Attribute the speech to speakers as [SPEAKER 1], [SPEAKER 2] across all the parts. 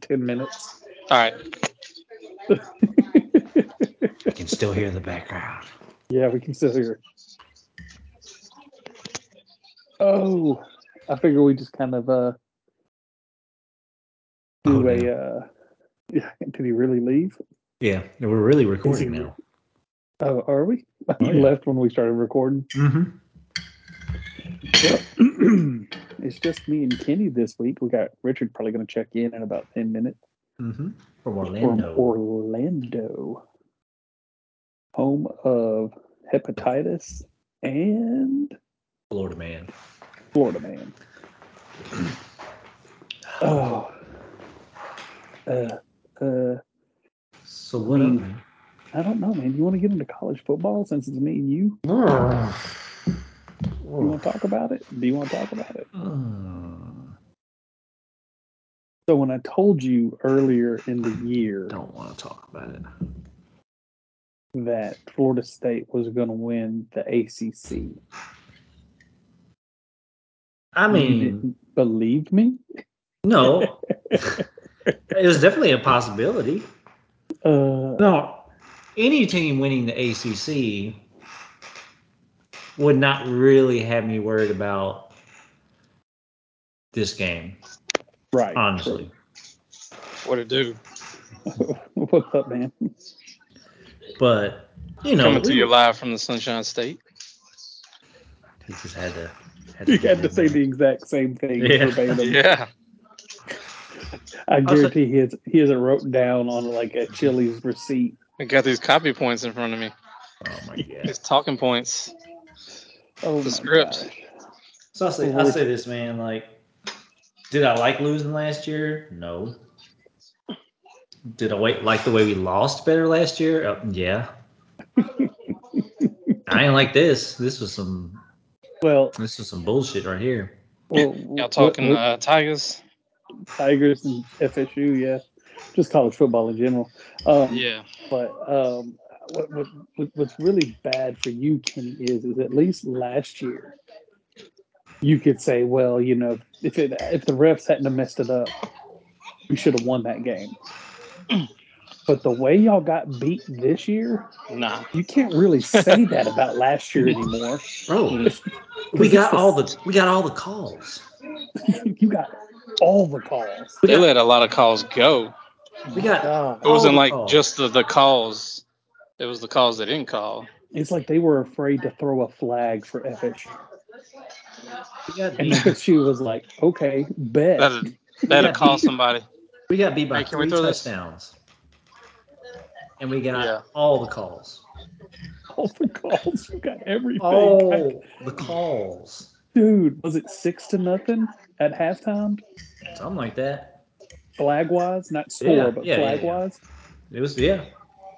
[SPEAKER 1] ten minutes.
[SPEAKER 2] All right.
[SPEAKER 3] You can still hear the background.
[SPEAKER 1] yeah, we can still hear. Oh, I figure we just kind of uh do
[SPEAKER 3] Oh, no.
[SPEAKER 1] a uh yeah. Did he really leave?
[SPEAKER 3] Yeah, we're really recording now.
[SPEAKER 1] Oh, are we? He
[SPEAKER 3] yeah.
[SPEAKER 1] left when we started recording.
[SPEAKER 3] Mm-hmm.
[SPEAKER 1] it's just me and Kenny this week. We got Richard probably going to check in in about ten minutes.
[SPEAKER 3] Mm-hmm. From
[SPEAKER 1] from
[SPEAKER 3] Orlando.
[SPEAKER 1] Orlando, home of hepatitis and
[SPEAKER 3] Florida man.
[SPEAKER 1] Florida Man. Oh, uh, uh,
[SPEAKER 3] So what up, man?
[SPEAKER 1] I don't know, man. You want to get into college football since it's me and you? You want to talk about it? Do you want to talk about it?
[SPEAKER 3] Mm,
[SPEAKER 1] So when I told you earlier in the year
[SPEAKER 3] Don't want to talk about it.
[SPEAKER 1] that Florida State was going to win the ACC,
[SPEAKER 3] I
[SPEAKER 1] you
[SPEAKER 3] mean,
[SPEAKER 1] didn't believe me.
[SPEAKER 3] no. it was definitely a possibility.
[SPEAKER 1] Uh,
[SPEAKER 3] No, any team winning the ACC would not really have me worried about this game,
[SPEAKER 1] right.
[SPEAKER 3] honestly.
[SPEAKER 2] What it do?
[SPEAKER 1] What's up, man?
[SPEAKER 3] But you know,
[SPEAKER 2] Coming to
[SPEAKER 3] we-
[SPEAKER 2] you live from the Sunshine State.
[SPEAKER 3] he just had to. Had
[SPEAKER 1] You had
[SPEAKER 3] do
[SPEAKER 1] to say
[SPEAKER 3] that.
[SPEAKER 1] the exact same thing
[SPEAKER 3] Yeah.
[SPEAKER 1] verbatim.
[SPEAKER 2] Yeah.
[SPEAKER 1] I
[SPEAKER 3] was like-
[SPEAKER 1] guarantee he has he hasn't wrote down on like a Chili's receipt.
[SPEAKER 2] I got these copy points in front of me.
[SPEAKER 3] Oh my god!
[SPEAKER 2] These talking points.
[SPEAKER 1] Oh,
[SPEAKER 2] The
[SPEAKER 1] my
[SPEAKER 2] script.
[SPEAKER 1] gosh.
[SPEAKER 3] So I say, I say this, man. Like, did I like losing last year? No. Did I wait, like the way we lost better last year? Uh, yeah. I ain't like this. This was some
[SPEAKER 1] Well,
[SPEAKER 3] This is some bullshit right here.
[SPEAKER 1] well
[SPEAKER 2] Y'all talking
[SPEAKER 1] what-
[SPEAKER 2] uh, Tigers?
[SPEAKER 1] Tigers and FSU, yeah, just college football in general. Um,
[SPEAKER 2] Yeah.
[SPEAKER 1] But um, what, what, what what's really bad for you, Kenny, is is at least last year, you could say, well, you know, if it, if the refs hadn't have messed it up, we should have won that game. But the way y'all got beat this year,
[SPEAKER 2] Nah.
[SPEAKER 1] you can't really say that about last year anymore.
[SPEAKER 3] Bro, we got all the we got all the calls.
[SPEAKER 1] you got all the calls.
[SPEAKER 3] We
[SPEAKER 2] They
[SPEAKER 3] got,
[SPEAKER 2] let a lot of calls go.
[SPEAKER 3] we got uh,
[SPEAKER 1] God.
[SPEAKER 2] It wasn't
[SPEAKER 3] the
[SPEAKER 2] like
[SPEAKER 3] calls.
[SPEAKER 2] just the, the calls. It was the calls they didn't call.
[SPEAKER 1] It's like they were afraid to throw a flag for FSU.
[SPEAKER 3] we got
[SPEAKER 1] And
[SPEAKER 3] beat,
[SPEAKER 1] FSU was like, okay, bet.
[SPEAKER 2] That'd, that'd call somebody.
[SPEAKER 3] we got beat
[SPEAKER 2] Hey,
[SPEAKER 3] by
[SPEAKER 2] can we
[SPEAKER 3] three
[SPEAKER 2] throw this?
[SPEAKER 3] touchdowns. And we got
[SPEAKER 2] Yeah.
[SPEAKER 3] all the calls.
[SPEAKER 1] all the calls. You got everything. Oh.
[SPEAKER 3] All the calls.
[SPEAKER 1] Dude, was it six to nothing at halftime?
[SPEAKER 3] Something like that.
[SPEAKER 1] Flag wise, not score,
[SPEAKER 3] Yeah,
[SPEAKER 1] but
[SPEAKER 3] yeah, yeah, yeah.
[SPEAKER 1] flag wise.
[SPEAKER 3] It was yeah.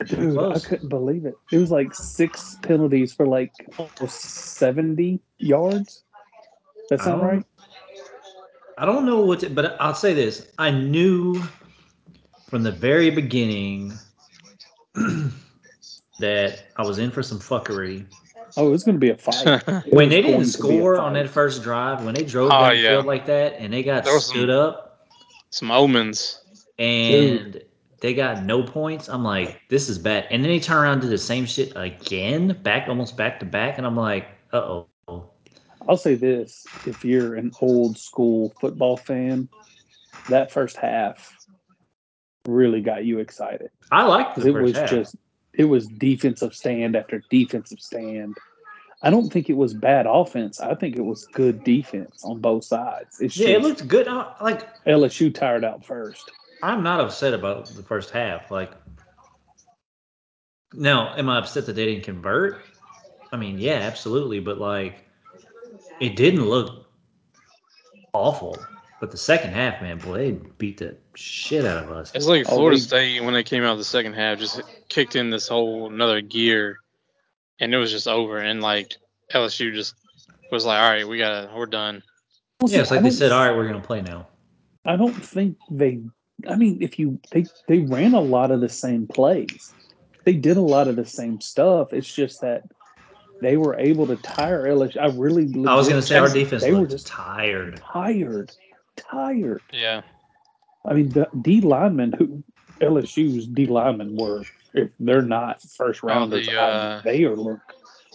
[SPEAKER 1] Dude,
[SPEAKER 3] Close.
[SPEAKER 1] I couldn't believe it. It was like six penalties for like almost 70 yards. That sound
[SPEAKER 3] I don't-
[SPEAKER 1] right?
[SPEAKER 3] I don't know what to, but I'll say this. I knew from the very beginning that I was in for some fuckery.
[SPEAKER 1] Oh, it was going to be a fight.
[SPEAKER 2] there
[SPEAKER 1] It
[SPEAKER 3] when they
[SPEAKER 1] was going
[SPEAKER 3] didn't
[SPEAKER 1] to be a
[SPEAKER 3] score on
[SPEAKER 1] fight.
[SPEAKER 3] that first drive, when they drove
[SPEAKER 2] Oh,
[SPEAKER 3] down the
[SPEAKER 2] yeah.
[SPEAKER 3] field like that and they got
[SPEAKER 2] There was some-
[SPEAKER 3] stood up
[SPEAKER 2] Some omens.
[SPEAKER 3] and they got no points, I'm like, this is bad. And then they turn around and do the same shit again, back almost back to back, and I'm like, uh oh.
[SPEAKER 1] I'll say this if you're an old school football fan, that first half really got you excited.
[SPEAKER 3] I like the
[SPEAKER 1] because it
[SPEAKER 3] first
[SPEAKER 1] was
[SPEAKER 3] half.
[SPEAKER 1] just it was defensive stand after defensive stand. I don't think it was bad offense. I think it was good defense on both sides. It's
[SPEAKER 3] yeah, it
[SPEAKER 1] just
[SPEAKER 3] looked good. I, like
[SPEAKER 1] LSU tired out first.
[SPEAKER 3] I'm not upset about the first half. Like, now, am I upset that they didn't convert? I mean, yeah, absolutely. But, like, it didn't look awful. But the second half, man, boy, they beat the shit out of us.
[SPEAKER 2] It's like
[SPEAKER 1] Oh,
[SPEAKER 2] Florida
[SPEAKER 1] we-
[SPEAKER 2] State when they came out of the second half just kicked in this whole another gear, and it was just over. And like LSU just was like, "All right, we gotta, we're done."
[SPEAKER 3] Yeah, it's
[SPEAKER 1] I
[SPEAKER 3] like they
[SPEAKER 1] don't-
[SPEAKER 3] said, all right, we're going to play now.
[SPEAKER 1] I don't think they. I mean, if you they they ran a lot of the same plays, they did a lot of the same stuff. It's just that they were able to tire LSU. I really.
[SPEAKER 3] I was going to
[SPEAKER 1] legit
[SPEAKER 3] say our
[SPEAKER 1] think
[SPEAKER 3] defense
[SPEAKER 1] They were
[SPEAKER 3] looked
[SPEAKER 1] just
[SPEAKER 3] tired.
[SPEAKER 1] tired, tired.
[SPEAKER 2] Yeah,
[SPEAKER 1] I mean, the D linemen who LSU's D linemen were, if they're not first rounders,
[SPEAKER 2] the, uh,
[SPEAKER 1] I- they are look.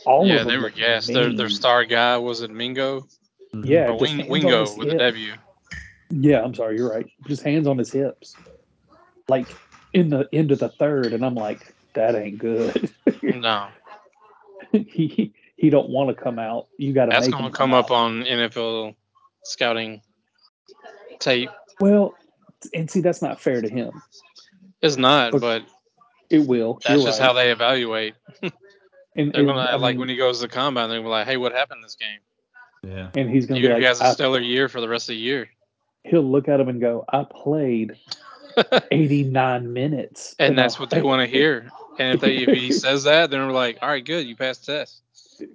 [SPEAKER 1] All
[SPEAKER 2] yeah,
[SPEAKER 1] of them
[SPEAKER 2] they were
[SPEAKER 1] look
[SPEAKER 2] gassed. Their, their
[SPEAKER 1] mean.
[SPEAKER 2] star guy was it Mingo
[SPEAKER 1] Yeah,
[SPEAKER 2] or
[SPEAKER 1] just
[SPEAKER 2] Wing,
[SPEAKER 1] hands on
[SPEAKER 2] Wingo
[SPEAKER 1] his
[SPEAKER 2] with a
[SPEAKER 1] hip.
[SPEAKER 2] W.
[SPEAKER 1] Yeah, I'm sorry, you're right. Just hands on his hips, like in the end of the third, and I'm like, that ain't good.
[SPEAKER 2] No,
[SPEAKER 1] he he don't want to come out. You got to
[SPEAKER 2] that's
[SPEAKER 1] make
[SPEAKER 2] gonna
[SPEAKER 1] him
[SPEAKER 2] come up
[SPEAKER 1] out.
[SPEAKER 2] on NFL scouting tape.
[SPEAKER 1] Well, and see, that's not fair to him.
[SPEAKER 2] It's not,
[SPEAKER 1] Look,
[SPEAKER 2] but
[SPEAKER 1] It will.
[SPEAKER 2] that's
[SPEAKER 1] You're
[SPEAKER 2] just
[SPEAKER 1] right.
[SPEAKER 2] how they evaluate.
[SPEAKER 1] And,
[SPEAKER 2] They're
[SPEAKER 1] and,
[SPEAKER 2] gonna
[SPEAKER 1] I
[SPEAKER 2] like
[SPEAKER 1] mean,
[SPEAKER 2] when he goes to the combine, they're gonna be like, "Hey, what happened this game?
[SPEAKER 3] Yeah.
[SPEAKER 1] and he's gonna be
[SPEAKER 2] You, you
[SPEAKER 1] like,
[SPEAKER 2] guys a
[SPEAKER 1] I-
[SPEAKER 2] stellar year for the rest of the year."
[SPEAKER 1] he'll look at him and go, I played 89 minutes.
[SPEAKER 2] And
[SPEAKER 1] I-
[SPEAKER 2] that's what they want to hear. And if they if he says that, then we're like, all right, good, you passed test.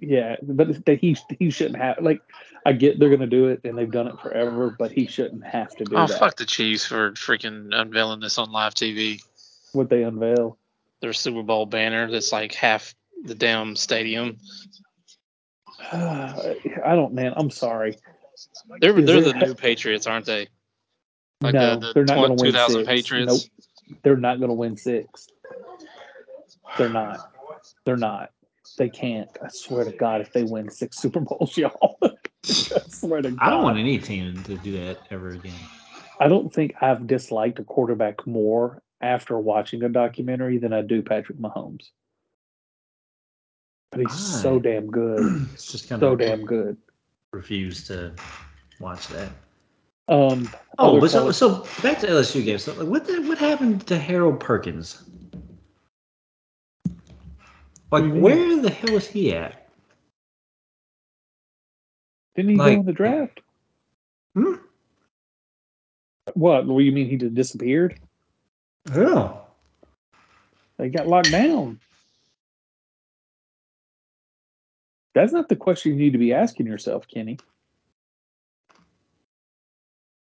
[SPEAKER 1] Yeah, but it's that he he shouldn't have like I get they're gonna do it and they've done it forever, but he shouldn't have to do
[SPEAKER 2] Oh
[SPEAKER 1] that.
[SPEAKER 2] fuck the Chiefs for freaking unveiling this on live TV.
[SPEAKER 1] What they unveil.
[SPEAKER 2] Their Super Bowl banner that's like half the damn stadium.
[SPEAKER 1] Uh, I don't man, I'm sorry.
[SPEAKER 2] They're
[SPEAKER 1] Is
[SPEAKER 2] they're
[SPEAKER 1] there-
[SPEAKER 2] the new Patriots, aren't they? Like
[SPEAKER 1] no,
[SPEAKER 2] the, the
[SPEAKER 1] they're not gonna win
[SPEAKER 2] 2000
[SPEAKER 1] six.
[SPEAKER 2] Patriots.
[SPEAKER 1] Nope. They're not gonna win six. They're not. They're not. They can't. I swear to God, if they win six Super Bowls, y'all. I swear to God.
[SPEAKER 3] I don't want any team to do that ever again.
[SPEAKER 1] I don't think I've disliked a quarterback more after watching a documentary than I do Patrick Mahomes. But he's so
[SPEAKER 3] I-
[SPEAKER 1] damn good.
[SPEAKER 3] it's just kind
[SPEAKER 1] So
[SPEAKER 3] of
[SPEAKER 1] damn good.
[SPEAKER 3] refuse to watch that.
[SPEAKER 1] Um
[SPEAKER 3] Oh,
[SPEAKER 1] other
[SPEAKER 3] but so,
[SPEAKER 1] college-
[SPEAKER 3] so back to LSU games. So, like, what the, what happened to Harold Perkins? Like,
[SPEAKER 1] do you mean?
[SPEAKER 3] where the hell is he at?
[SPEAKER 1] didn't he
[SPEAKER 3] like-
[SPEAKER 1] go in the draft?
[SPEAKER 3] Hmm?
[SPEAKER 1] What? Well, you mean he just disappeared?
[SPEAKER 3] Oh,
[SPEAKER 1] They got locked down. That's not the question you need to be asking yourself, Kenny.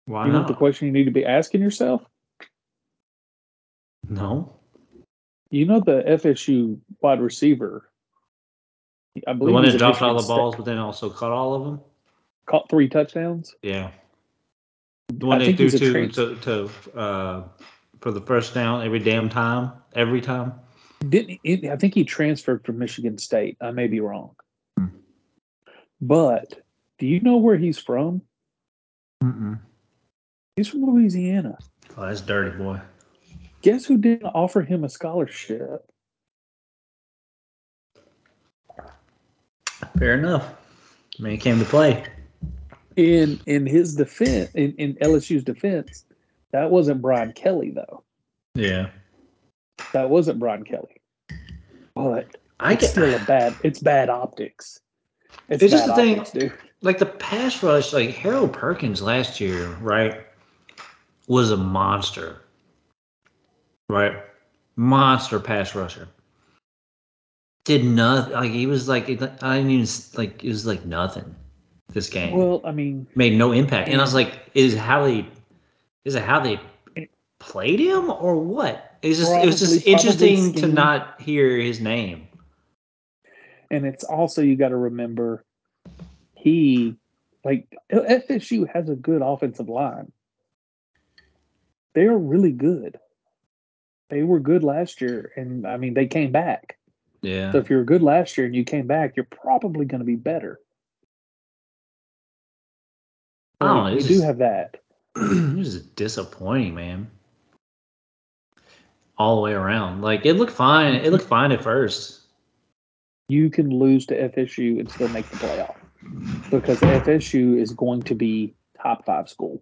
[SPEAKER 3] why
[SPEAKER 1] You know what
[SPEAKER 3] not?
[SPEAKER 1] the question you need to be asking yourself?
[SPEAKER 3] no,
[SPEAKER 1] You know the FSU wide receiver. I believe
[SPEAKER 3] the one
[SPEAKER 1] he's
[SPEAKER 3] that
[SPEAKER 1] at
[SPEAKER 3] dropped all
[SPEAKER 1] Michigan
[SPEAKER 3] the
[SPEAKER 1] State-
[SPEAKER 3] balls, but then also caught all of them.
[SPEAKER 1] caught three touchdowns.
[SPEAKER 3] Yeah, the one
[SPEAKER 1] I
[SPEAKER 3] they
[SPEAKER 1] think
[SPEAKER 3] threw
[SPEAKER 1] he's a
[SPEAKER 3] to
[SPEAKER 1] trans-
[SPEAKER 3] to, to uh, for the first down every damn time, every time.
[SPEAKER 1] didn't he- it, I think he transferred from Michigan State. I may be wrong. But do you know where he's from?
[SPEAKER 3] Mm-mm.
[SPEAKER 1] He's from Louisiana.
[SPEAKER 3] Oh, that's dirty, boy.
[SPEAKER 1] Guess who didn't offer him a scholarship?
[SPEAKER 3] Fair enough. Man came to play.
[SPEAKER 1] In in his defense, in, in LSU's defense, that wasn't Brian Kelly though.
[SPEAKER 3] Yeah,
[SPEAKER 1] That wasn't Brian Kelly. But
[SPEAKER 3] I
[SPEAKER 1] it's
[SPEAKER 3] get
[SPEAKER 1] still a bad. It's bad optics.
[SPEAKER 3] It's just the thing-
[SPEAKER 1] dude.
[SPEAKER 3] like the pass rush, like Harold Perkins last year, right, was a monster, right, monster pass rusher. Did nothing. Like he was like, it- I didn't even s- like. It was like nothing. This game
[SPEAKER 1] Well, I mean,
[SPEAKER 3] made no impact, and I was like, is how they, is it how they played him or what? It's just it was just
[SPEAKER 1] Probably- probably
[SPEAKER 3] interesting to
[SPEAKER 1] scheme.
[SPEAKER 3] not hear his name.
[SPEAKER 1] And it's also you got to remember he like FSU has a good offensive line. They're really good. They were good last year and I mean they came back.
[SPEAKER 3] Yeah,
[SPEAKER 1] So if you were good last year and you came back, you're probably going to be better.
[SPEAKER 3] I don't know,
[SPEAKER 1] Like,
[SPEAKER 3] it's
[SPEAKER 1] we do
[SPEAKER 3] just-
[SPEAKER 1] have that.
[SPEAKER 3] it was just disappointing, man. All the way around. Like it looked fine. It looked fine at first.
[SPEAKER 1] You can lose to FSU and still make the playoff because FSU is going to be top 5 school.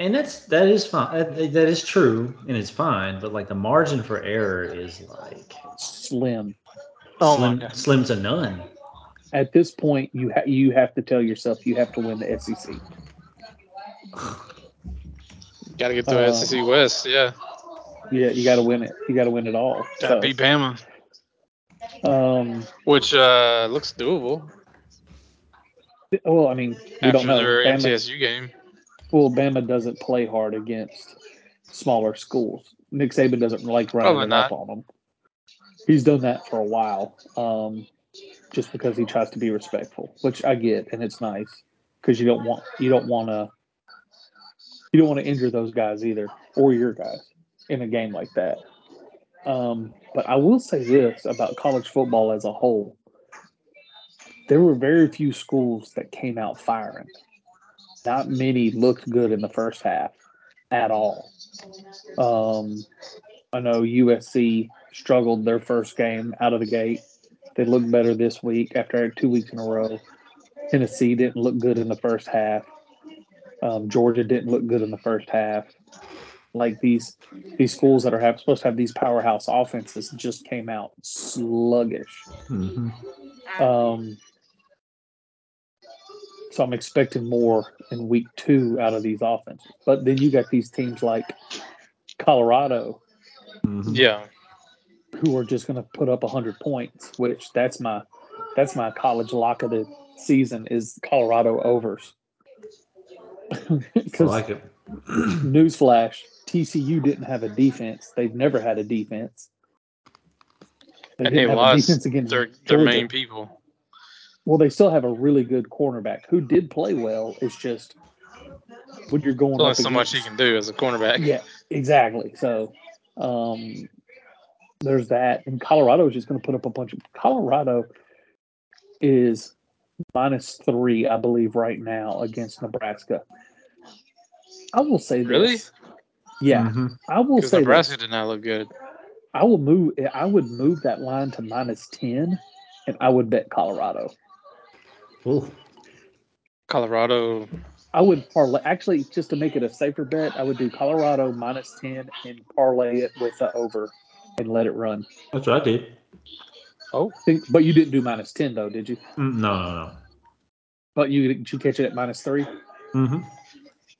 [SPEAKER 3] And that's that is fine. That, that is true, and it's fine. But like the margin for error is like
[SPEAKER 1] Slim.
[SPEAKER 2] Oh my
[SPEAKER 3] slim,
[SPEAKER 2] God.
[SPEAKER 3] slim to none.
[SPEAKER 1] At this point, you ha- you have to tell yourself you have to win the E SEC.
[SPEAKER 2] Got to get through
[SPEAKER 1] Uh,
[SPEAKER 2] SEC West. Yeah,
[SPEAKER 1] Yeah, you got to win it. You got to win it all.
[SPEAKER 2] got to
[SPEAKER 1] So,
[SPEAKER 2] beat Bama,
[SPEAKER 1] um,
[SPEAKER 2] which uh, looks doable
[SPEAKER 1] th- well, I mean, we
[SPEAKER 2] after
[SPEAKER 1] don't know.
[SPEAKER 2] their
[SPEAKER 1] Bama,
[SPEAKER 2] MTSU game.
[SPEAKER 1] well, Bama doesn't play hard against smaller schools. Nick Saban doesn't like
[SPEAKER 2] Probably
[SPEAKER 1] running it up on them. He's done that for a while, um, just because he tries to be respectful, which I get, and it's nice because you don't want you don't want to You don't want to injure those guys either, or your guys in a game like that. Um, but I will say this about college football as a whole: there were very few schools that came out firing. Not many looked good in the first half at all. Um, I know USC struggled their first game out of the gate. They looked better this week after two weeks in a row. Tennessee didn't look good in the first half. Um, Georgia didn't look good in the first half. Like these these schools that are have, supposed to have these powerhouse offenses just came out sluggish.
[SPEAKER 3] hmm
[SPEAKER 1] Um, so I'm expecting more in week two out of these offenses. But then you got these teams like Colorado Mm-hmm.
[SPEAKER 3] hmm
[SPEAKER 2] Yeah.
[SPEAKER 1] who are just going to put up 100 points which that's my that's my college lock of the season is colorado overs
[SPEAKER 3] I
[SPEAKER 1] because
[SPEAKER 3] like it.
[SPEAKER 1] newsflash tcu didn't have a defense they've never had a defense they
[SPEAKER 2] And
[SPEAKER 1] didn't
[SPEAKER 2] they
[SPEAKER 1] have a
[SPEAKER 2] lost
[SPEAKER 1] defense against
[SPEAKER 2] Their their
[SPEAKER 1] Georgia.
[SPEAKER 2] main people.
[SPEAKER 1] well they still have a really good cornerback who did play well it's just when you're going
[SPEAKER 2] There's only
[SPEAKER 1] up
[SPEAKER 2] so much
[SPEAKER 1] against,
[SPEAKER 2] he can do as a cornerback.
[SPEAKER 1] yeah exactly so um there's that and colorado is just going to put up a bunch of colorado is minus three i believe right now against nebraska i will say this
[SPEAKER 2] Really?
[SPEAKER 1] yeah
[SPEAKER 3] Mhm.
[SPEAKER 1] i will
[SPEAKER 2] Because
[SPEAKER 1] say
[SPEAKER 2] Nebraska
[SPEAKER 1] this.
[SPEAKER 2] did not look good.
[SPEAKER 1] i will move i would move that line to minus 10 and i would bet colorado
[SPEAKER 3] Ooh.
[SPEAKER 2] Colorado.
[SPEAKER 1] i would parlay actually just to make it a safer bet i would do colorado minus 10 and parlay it with the over and let it run
[SPEAKER 3] That's what I did.
[SPEAKER 2] Oh,
[SPEAKER 1] Think, but you didn't do minus 10 though did you
[SPEAKER 3] Mm, No, no,
[SPEAKER 1] but you did you catch it at minus three
[SPEAKER 3] no. hmm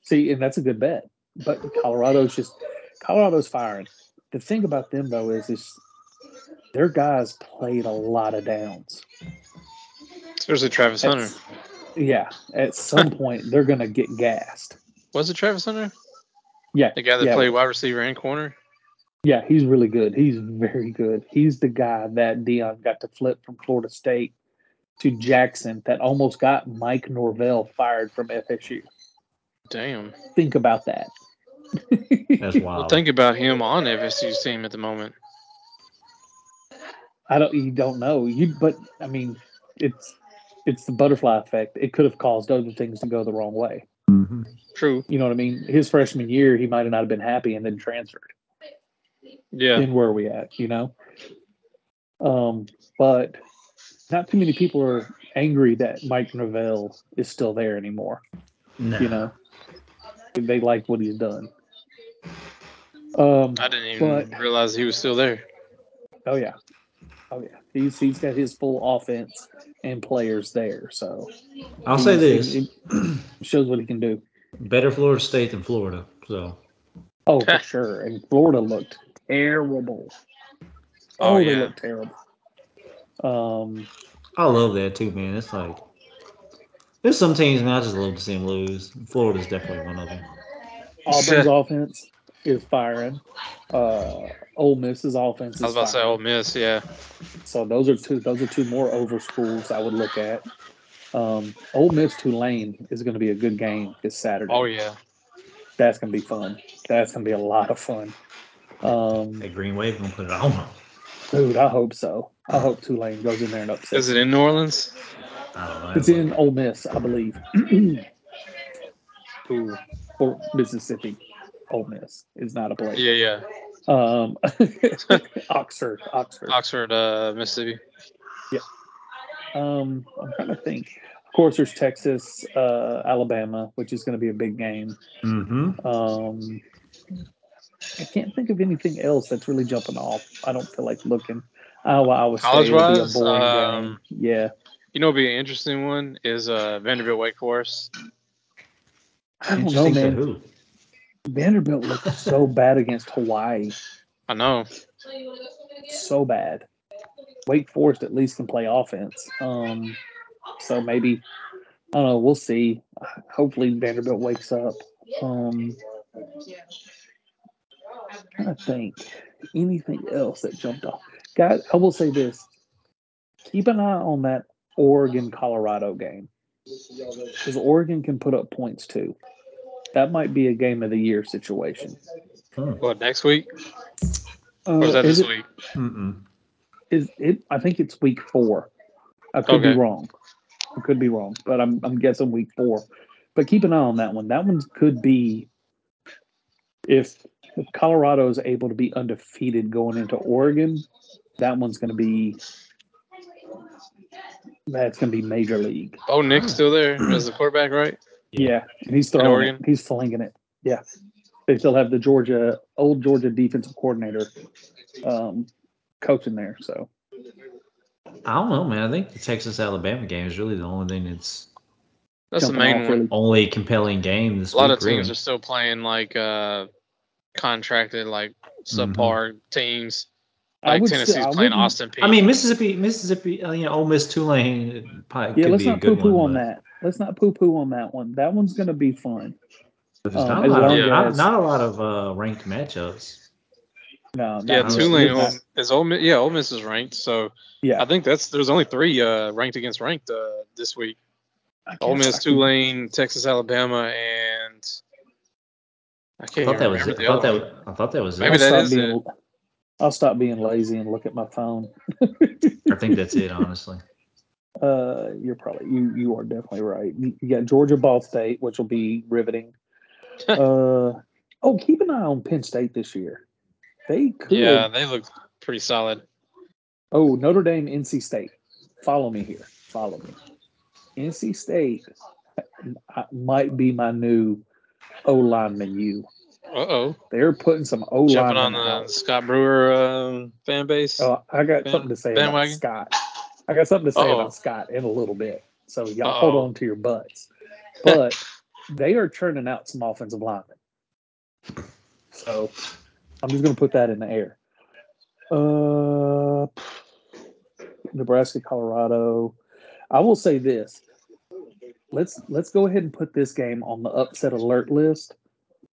[SPEAKER 1] See, and that's a good bet. But Colorado's just Colorado's firing. The thing about them though is is their guys played a lot of downs.
[SPEAKER 2] especially Travis
[SPEAKER 1] At-
[SPEAKER 2] Hunter.
[SPEAKER 1] yeah. At some point they're gonna get gassed.
[SPEAKER 2] Was it Travis Hunter?
[SPEAKER 1] Yeah.
[SPEAKER 2] The guy that
[SPEAKER 1] Yeah.
[SPEAKER 2] played wide receiver and corner?
[SPEAKER 1] Yeah, he's really good. He's very good. He's the guy that Dion got to flip from Florida State to Jackson that almost got Mike Norvell fired from FSU.
[SPEAKER 2] Damn.
[SPEAKER 1] Think about that.
[SPEAKER 3] That's
[SPEAKER 2] Well,
[SPEAKER 1] Uh,
[SPEAKER 3] wild.
[SPEAKER 2] think about him on FSU's team at the moment.
[SPEAKER 1] I don't. You don't know. You, but I mean, it's it's the butterfly effect. It could have caused other things to go the wrong way.
[SPEAKER 3] hmm
[SPEAKER 2] True.
[SPEAKER 1] You know what I mean? His freshman year, he might have not have been happy and then transferred.
[SPEAKER 2] Yeah.
[SPEAKER 1] Then where are we at? You know. Um, but not too many people are angry that Mike Norvell is still there anymore.
[SPEAKER 3] No.
[SPEAKER 1] You know, they like what he's done. Um,
[SPEAKER 2] I didn't even
[SPEAKER 1] But-
[SPEAKER 2] realize he was still there.
[SPEAKER 1] oh yeah, oh yeah. He's he's got his full offense and players there, so
[SPEAKER 3] I'll say
[SPEAKER 1] he's-
[SPEAKER 3] this:
[SPEAKER 1] he- he shows what he can do.
[SPEAKER 3] better Florida State than Florida. So
[SPEAKER 1] Oh, for sure. And Florida looked terrible.
[SPEAKER 2] Oh,
[SPEAKER 1] Oh, they
[SPEAKER 2] yeah.
[SPEAKER 1] looked terrible. Um,
[SPEAKER 3] I love that too, man. It's like there's some teams, man. I just love to see them lose. Florida's definitely one of them.
[SPEAKER 1] Auburn's offense is firing. Uh, Ole Miss's offense is
[SPEAKER 2] I was about to say Ole
[SPEAKER 1] firing.
[SPEAKER 2] Miss. Yeah.
[SPEAKER 1] So those are two. Those are two more over schools I would look at. Um, Ole Miss Tulane is going to be a good game this Saturday.
[SPEAKER 2] Oh, yeah.
[SPEAKER 1] That's going to be fun. That's going to be a lot of fun. Um,
[SPEAKER 3] That Green Wave gonna put it on. 'em.
[SPEAKER 1] dude, I hope so. I hope Tulane goes in there and upsets.
[SPEAKER 2] Is it in New Orleans?
[SPEAKER 3] I don't know.
[SPEAKER 1] It's in Ole Miss, I believe.
[SPEAKER 2] Ooh.
[SPEAKER 1] or Mississippi. Ole Miss is not a place.
[SPEAKER 2] Yeah, yeah.
[SPEAKER 1] Um, Oxford, Oxford.
[SPEAKER 2] Oxford, uh, Mississippi.
[SPEAKER 1] Um, I'm trying to think. Of course, there's Texas, uh, Alabama, which is going to be a big game.
[SPEAKER 3] Mm-hmm.
[SPEAKER 1] Um, I can't think of anything else that's really jumping off. I don't feel like looking. Iowa, Iowa State will be a
[SPEAKER 2] College-wise,
[SPEAKER 1] boring
[SPEAKER 2] um,
[SPEAKER 1] game. Yeah,
[SPEAKER 2] You know, what would be an interesting one is uh, Vanderbilt Wake Forest.
[SPEAKER 1] I don't know,
[SPEAKER 3] to
[SPEAKER 1] man.
[SPEAKER 3] who?
[SPEAKER 1] Vanderbilt looked so bad against Hawaii,
[SPEAKER 2] I know.
[SPEAKER 1] so bad. Wake Forest at least can play offense. Um, so maybe I don't know. We'll see. Hopefully Vanderbilt wakes up. Um, trying to think anything else that jumped off. Guys, I will say this: keep an eye on that Oregon Colorado game because Oregon can put up points too. That might be a game of the year situation.
[SPEAKER 3] Hmm.
[SPEAKER 2] What next week?
[SPEAKER 1] Uh,
[SPEAKER 2] Or is that
[SPEAKER 1] is
[SPEAKER 2] this
[SPEAKER 1] it,
[SPEAKER 2] week?
[SPEAKER 3] Mm-mm.
[SPEAKER 1] is it? I think it's week four. I could
[SPEAKER 2] Okay.
[SPEAKER 1] be wrong. I could be wrong, but I'm I'm guessing week four. But keep an eye on that one. That one could be if if Colorado is able to be undefeated going into Oregon, that one's going to be that's going to be major league.
[SPEAKER 2] Oh, Nick's still there as the quarterback, right?
[SPEAKER 1] Yeah,
[SPEAKER 3] Yeah.
[SPEAKER 1] and he's
[SPEAKER 2] In
[SPEAKER 1] throwing it.
[SPEAKER 2] Oregon?
[SPEAKER 1] He's flinging it. Yeah, they still have the Georgia old Georgia defensive coordinator um, coaching there. So
[SPEAKER 3] I don't know, man. I think the Texas Alabama game is really the only thing that's
[SPEAKER 2] That's the
[SPEAKER 1] jumping
[SPEAKER 2] main
[SPEAKER 1] off
[SPEAKER 2] one.
[SPEAKER 1] really-
[SPEAKER 3] only compelling game this
[SPEAKER 2] A lot
[SPEAKER 3] week.
[SPEAKER 2] of teams
[SPEAKER 3] really.
[SPEAKER 2] are still playing like uh contracted, like subpar
[SPEAKER 3] Mhm.
[SPEAKER 2] teams.
[SPEAKER 1] Mm-hmm. I
[SPEAKER 2] Like
[SPEAKER 1] would
[SPEAKER 2] Tennessee's
[SPEAKER 1] say, I
[SPEAKER 2] playing
[SPEAKER 1] wouldn't-
[SPEAKER 2] Austin Peay.
[SPEAKER 3] I mean, Mississippi, Mississippi, uh, you know, Ole Miss, Tulane, probably
[SPEAKER 1] Yeah,
[SPEAKER 3] could
[SPEAKER 1] let's
[SPEAKER 3] be a
[SPEAKER 1] not
[SPEAKER 3] good
[SPEAKER 1] poo poo
[SPEAKER 3] one.
[SPEAKER 1] on
[SPEAKER 3] but-
[SPEAKER 1] that. Let's not poo poo on that one. That one's going to be fun.
[SPEAKER 3] but there's
[SPEAKER 1] um,
[SPEAKER 3] not,
[SPEAKER 1] as
[SPEAKER 3] a lot of,
[SPEAKER 2] long
[SPEAKER 3] not,
[SPEAKER 1] as-
[SPEAKER 3] not a lot of uh, ranked matchups.
[SPEAKER 1] No,
[SPEAKER 2] yeah,
[SPEAKER 1] that's-
[SPEAKER 2] Tulane
[SPEAKER 1] you're
[SPEAKER 2] Ole,
[SPEAKER 1] not-
[SPEAKER 2] is Ole Miss, yeah Ole Miss is ranked, so I
[SPEAKER 1] Yeah,
[SPEAKER 2] think that's there's only three uh, ranked against ranked uh, this week.
[SPEAKER 1] I
[SPEAKER 2] Ole
[SPEAKER 1] guess
[SPEAKER 2] Miss,
[SPEAKER 1] I can-
[SPEAKER 2] Tulane, Texas, Alabama, and I
[SPEAKER 3] I
[SPEAKER 2] can't
[SPEAKER 3] thought
[SPEAKER 2] even
[SPEAKER 3] that was
[SPEAKER 2] remember
[SPEAKER 3] it. I
[SPEAKER 2] the
[SPEAKER 3] thought
[SPEAKER 2] other one.
[SPEAKER 3] that was, I thought that was
[SPEAKER 1] I'll
[SPEAKER 2] Maybe
[SPEAKER 3] it.
[SPEAKER 2] that
[SPEAKER 1] stop
[SPEAKER 2] is
[SPEAKER 1] being. I'll stop being lazy and look at my phone.
[SPEAKER 3] I think that's it, honestly.
[SPEAKER 1] Uh, you're probably you. You are definitely right. You you got Georgia Ball State, which will be riveting. uh, oh, keep an eye on Penn State this year. They could.
[SPEAKER 2] Yeah, they look pretty solid.
[SPEAKER 1] Oh, Notre Dame, NC State. Follow me here. Follow me. NC State I- might be my new O lineman. You.
[SPEAKER 2] Uh oh,
[SPEAKER 1] They're putting some O
[SPEAKER 2] jumping on
[SPEAKER 1] linemen
[SPEAKER 2] the
[SPEAKER 1] out.
[SPEAKER 2] Scott Brewer um, fan base.
[SPEAKER 1] Oh, I got
[SPEAKER 2] Ban-
[SPEAKER 1] something to say
[SPEAKER 2] bandwagon?
[SPEAKER 1] about Scott. I got something to say
[SPEAKER 2] Uh-oh.
[SPEAKER 1] about Scott in a little bit. So y'all
[SPEAKER 2] Uh-oh.
[SPEAKER 1] hold on to your butts. But they are churning out some offensive linemen. So I'm just going to put that in the air. Uh, Nebraska, Colorado. I will say this. Let's let's go ahead and put this game on the upset alert list.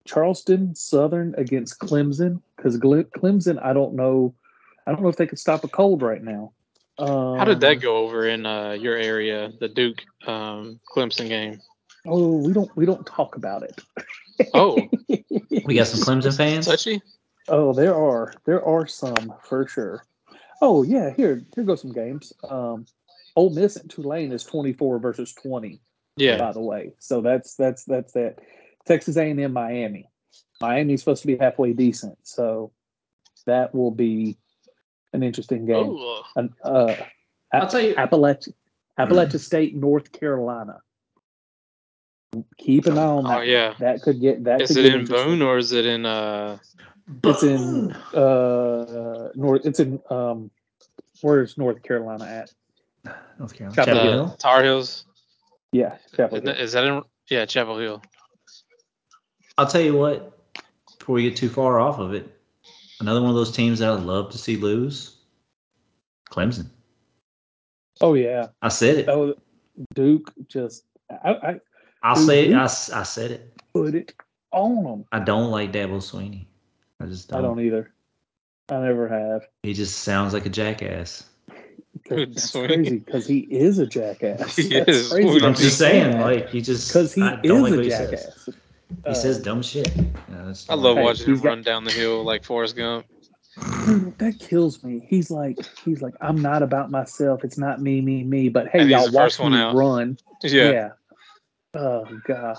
[SPEAKER 1] Charleston Southern against Clemson because Clemson. I don't know. I don't know if they could stop a cold right now. Um,
[SPEAKER 2] How did that go over in uh, your area, the Duke um, Clemson game?
[SPEAKER 1] Oh, we don't we don't talk about
[SPEAKER 2] Oh,
[SPEAKER 1] it.
[SPEAKER 3] We got some Clemson fans.
[SPEAKER 2] touchy.
[SPEAKER 1] oh, there are there are some for sure. Oh yeah, here here go some games. Um, Ole Miss at Tulane is twenty four versus twenty.
[SPEAKER 2] Yeah,
[SPEAKER 1] By the way, so that's that's that's that. Texas A and M Miami. Miami's supposed to be halfway decent, so that will be an interesting game.
[SPEAKER 2] Oh,
[SPEAKER 1] An, uh,
[SPEAKER 3] I'll tell you-
[SPEAKER 1] Appalachia
[SPEAKER 2] Mm.
[SPEAKER 1] Appalachia State North Carolina. Keep an eye on that.
[SPEAKER 2] oh yeah.
[SPEAKER 1] That could get that.
[SPEAKER 2] Is
[SPEAKER 1] could
[SPEAKER 2] it
[SPEAKER 1] get
[SPEAKER 2] in
[SPEAKER 1] interesting.
[SPEAKER 2] Boone or is it in? Uh,
[SPEAKER 1] It's in uh north. It's in um where's North Carolina at?
[SPEAKER 3] North Carolina.
[SPEAKER 1] Chapel
[SPEAKER 3] Chapel
[SPEAKER 2] the
[SPEAKER 1] Hill.
[SPEAKER 3] Hill.
[SPEAKER 2] Tar Heels.
[SPEAKER 1] Yeah, Chapel
[SPEAKER 2] Isn't
[SPEAKER 1] Hill.
[SPEAKER 2] that- Is that in? Yeah, Chapel Hill.
[SPEAKER 3] I'll tell you what, before we get too far off of it, another one of those teams that I'd love to see lose Clemson.
[SPEAKER 1] Oh yeah.
[SPEAKER 3] I said it.
[SPEAKER 1] Oh, Duke just I, I
[SPEAKER 3] I'll say
[SPEAKER 1] mm-hmm.
[SPEAKER 3] it. I, s- I said it.
[SPEAKER 1] put it on them.
[SPEAKER 3] I don't like Dabo Sweeney. I just don't.
[SPEAKER 1] I don't either. I never have.
[SPEAKER 3] He just sounds like a jackass.
[SPEAKER 1] 'Cause
[SPEAKER 2] Dude,
[SPEAKER 1] That's
[SPEAKER 2] sweet.
[SPEAKER 1] crazy because he is a jackass.
[SPEAKER 2] He
[SPEAKER 1] That's
[SPEAKER 2] is.
[SPEAKER 1] crazy.
[SPEAKER 2] Ooh,
[SPEAKER 3] I'm
[SPEAKER 2] that's
[SPEAKER 3] just saying, like he just
[SPEAKER 1] because he
[SPEAKER 3] I don't
[SPEAKER 1] is
[SPEAKER 3] like
[SPEAKER 1] a
[SPEAKER 3] what he
[SPEAKER 1] jackass.
[SPEAKER 3] says.
[SPEAKER 1] Uh,
[SPEAKER 3] He says dumb shit. Yeah, that's
[SPEAKER 2] I love
[SPEAKER 1] Hey,
[SPEAKER 2] watching
[SPEAKER 1] he's
[SPEAKER 2] him
[SPEAKER 1] got-
[SPEAKER 2] run down the hill like Forrest Gump.
[SPEAKER 1] Dude, that kills me. He's like, he's like, I'm not about myself. It's not me, me, me. But hey,
[SPEAKER 2] And he's
[SPEAKER 1] y'all,
[SPEAKER 2] the
[SPEAKER 1] watch
[SPEAKER 2] first
[SPEAKER 1] me
[SPEAKER 2] one out.
[SPEAKER 1] run.
[SPEAKER 2] Yeah.
[SPEAKER 1] Oh god.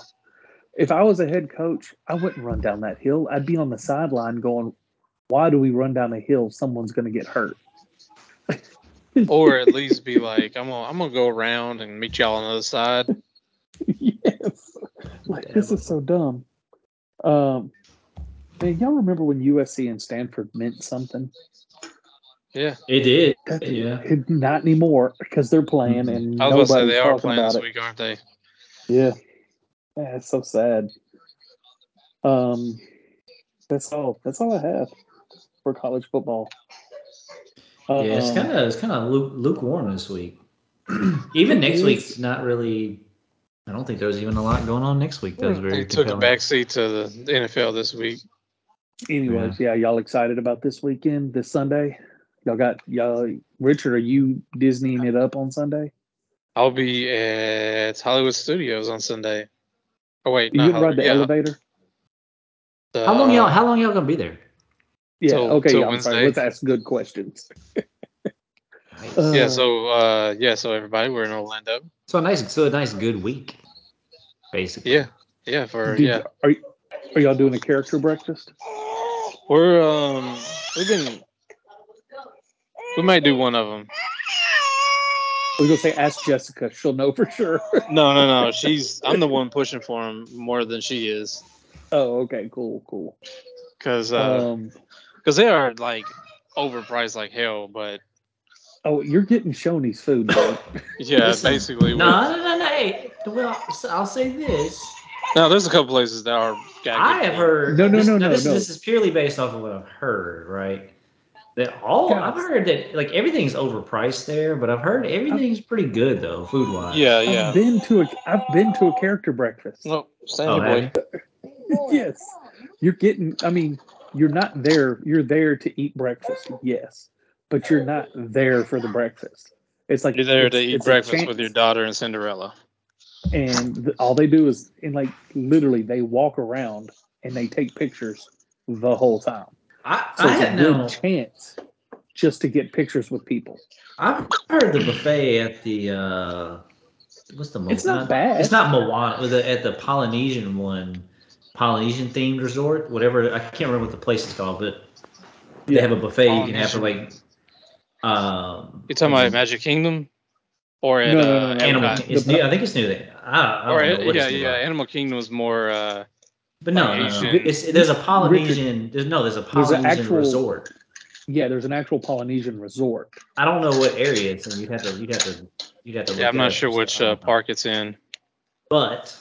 [SPEAKER 1] If I was a head coach, I wouldn't run down that hill. I'd be on the sideline going, "Why do we run down a hill? Someone's going to get hurt."
[SPEAKER 2] Or at least be like, I'm gonna I'm gonna go around and meet y'all on the other side.
[SPEAKER 1] yes. Like, this is so dumb. Um, man, y'all remember when USC and Stanford meant something?
[SPEAKER 2] Yeah.
[SPEAKER 3] It did.
[SPEAKER 1] That-
[SPEAKER 3] Yeah. Mm-hmm.
[SPEAKER 1] it- not anymore because they're playing and
[SPEAKER 2] I
[SPEAKER 1] nobody's
[SPEAKER 2] was gonna say they are
[SPEAKER 1] talking
[SPEAKER 2] playing
[SPEAKER 1] about
[SPEAKER 2] this
[SPEAKER 1] it.
[SPEAKER 2] week, aren't they?
[SPEAKER 1] Yeah. Yeah, it's so sad. Um, that's all. That's all I have for college football.
[SPEAKER 3] Yeah, it's
[SPEAKER 1] Um,
[SPEAKER 3] kind of it's kind of lukewarm this week. even next
[SPEAKER 1] is.
[SPEAKER 3] week's not really. I don't think there's even a lot going on next week. That was very
[SPEAKER 2] Hmm, They took a
[SPEAKER 3] compelling.
[SPEAKER 2] backseat to the NFL this week.
[SPEAKER 1] Anyways, yeah. y'all excited about this weekend, this Sunday? Y'all got y'all Richard, are you
[SPEAKER 2] Uh,
[SPEAKER 1] Disneying it up on Sunday?
[SPEAKER 2] I'll be at Hollywood Studios on Sunday. I Oh wait,
[SPEAKER 1] You
[SPEAKER 2] not
[SPEAKER 1] gonna ride the
[SPEAKER 2] Howard, yeah,
[SPEAKER 1] elevator?
[SPEAKER 2] the- uh,
[SPEAKER 3] How long y'all? How long y'all gonna be there?
[SPEAKER 1] Yeah.
[SPEAKER 2] Till-
[SPEAKER 1] okay.
[SPEAKER 2] till
[SPEAKER 1] yeah, I'm sorry.
[SPEAKER 2] Wednesday.
[SPEAKER 1] Let's ask good questions.
[SPEAKER 3] Nice.
[SPEAKER 1] Uh,
[SPEAKER 2] yeah. So uh, yeah. So everybody, we're in Orlando.
[SPEAKER 3] so a nice, so a nice good week, basically.
[SPEAKER 2] Yeah. Yeah. For
[SPEAKER 1] Did-
[SPEAKER 2] yeah.
[SPEAKER 1] Are y- are y'all doing a character breakfast?
[SPEAKER 2] We're um we've been we might do one of them.
[SPEAKER 1] I was gonna say ask Jessica. She'll know for sure.
[SPEAKER 2] No, no, no. She's I'm the one pushing for him more than she is
[SPEAKER 1] oh, okay. Cool. Cool.
[SPEAKER 2] because
[SPEAKER 3] Uh,
[SPEAKER 1] um.
[SPEAKER 2] they are like overpriced like hell. But
[SPEAKER 1] Oh, you're getting Shoney's food. Though.
[SPEAKER 2] yeah,
[SPEAKER 3] Listen,
[SPEAKER 2] basically.
[SPEAKER 3] No,
[SPEAKER 2] we're-
[SPEAKER 3] no, no, no. Hey, well, so I'll say this.
[SPEAKER 2] Now there's a couple places that are. got
[SPEAKER 3] I
[SPEAKER 2] good
[SPEAKER 3] have
[SPEAKER 2] food.
[SPEAKER 3] heard.
[SPEAKER 1] No, no,
[SPEAKER 3] this,
[SPEAKER 1] no,
[SPEAKER 3] now
[SPEAKER 1] no,
[SPEAKER 3] This,
[SPEAKER 1] no.
[SPEAKER 3] this is purely based off of what I've heard, right? That all
[SPEAKER 1] Yeah.
[SPEAKER 3] I've heard that like everything's overpriced there, but I've heard everything's pretty good though, food wise.
[SPEAKER 2] Yeah, yeah.
[SPEAKER 1] I've been to a I've been to a character breakfast.
[SPEAKER 2] No,
[SPEAKER 3] Oh,
[SPEAKER 2] Sandy
[SPEAKER 3] have you?
[SPEAKER 2] boy.
[SPEAKER 1] yes. You're getting I mean, you're not there. You're there to eat breakfast, yes. But you're not there for the breakfast. It's like
[SPEAKER 2] You're there
[SPEAKER 1] it's-
[SPEAKER 2] to eat
[SPEAKER 1] it's a
[SPEAKER 2] breakfast with
[SPEAKER 1] chance.
[SPEAKER 2] your daughter and Cinderella.
[SPEAKER 1] and th- all they do is and like literally they walk around and they take pictures the whole time.
[SPEAKER 3] I,
[SPEAKER 1] So
[SPEAKER 3] I
[SPEAKER 1] it's a
[SPEAKER 3] had
[SPEAKER 1] good
[SPEAKER 3] no.
[SPEAKER 1] chance just to get pictures with people.
[SPEAKER 3] I've heard the buffet at the uh, what's the mo-
[SPEAKER 1] It's not bad.
[SPEAKER 3] It's not Moana. Was it at the Polynesian one, Polynesian themed resort, whatever. I can't remember what the place is called, but they
[SPEAKER 1] Yeah.
[SPEAKER 3] have a buffet you can have for like.
[SPEAKER 2] Polynesian.
[SPEAKER 3] Um,
[SPEAKER 2] Oh, You talking about Magic Kingding? Or at
[SPEAKER 1] No, no,
[SPEAKER 2] uh,
[SPEAKER 1] no, no, no.
[SPEAKER 3] Animal.
[SPEAKER 2] Epcot?
[SPEAKER 3] It's
[SPEAKER 1] The-
[SPEAKER 3] new. I think it's new. There. I don't,
[SPEAKER 2] Or
[SPEAKER 3] I don't
[SPEAKER 2] uh,
[SPEAKER 3] know what
[SPEAKER 2] yeah,
[SPEAKER 3] it's new.
[SPEAKER 2] yeah.
[SPEAKER 3] about.
[SPEAKER 2] Animal Kingdom was more. Uh,
[SPEAKER 3] But no, no, no.
[SPEAKER 2] Asian.
[SPEAKER 3] It's, there's a Polynesian. There's, no, there's a
[SPEAKER 1] There's an
[SPEAKER 3] Polynesian
[SPEAKER 1] actual-
[SPEAKER 3] resort.
[SPEAKER 1] Yeah, there's an actual Polynesian resort.
[SPEAKER 3] I don't know what area it's in. You'd have to. You'd have to. You'd have to.
[SPEAKER 2] yeah,
[SPEAKER 3] look
[SPEAKER 2] I'm
[SPEAKER 3] it
[SPEAKER 2] not
[SPEAKER 3] up
[SPEAKER 2] sure
[SPEAKER 3] yourself.
[SPEAKER 2] which
[SPEAKER 3] I
[SPEAKER 2] uh,
[SPEAKER 3] don't know.
[SPEAKER 2] park it's in.
[SPEAKER 3] But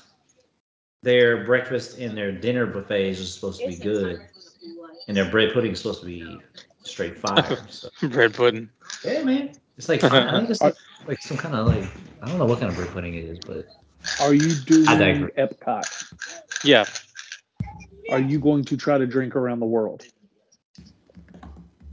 [SPEAKER 3] their breakfast and their dinner buffets is supposed to be good, and their bread pudding is supposed to be straight fire. So
[SPEAKER 2] Bread pudding.
[SPEAKER 3] yeah, man. It's like I think it's like, like some kind of like I don't know what kind of bread pudding it is, but
[SPEAKER 1] Are you doing
[SPEAKER 3] I digress.
[SPEAKER 1] Epcot?
[SPEAKER 2] Yeah,
[SPEAKER 1] Are you going to try to drink around the world?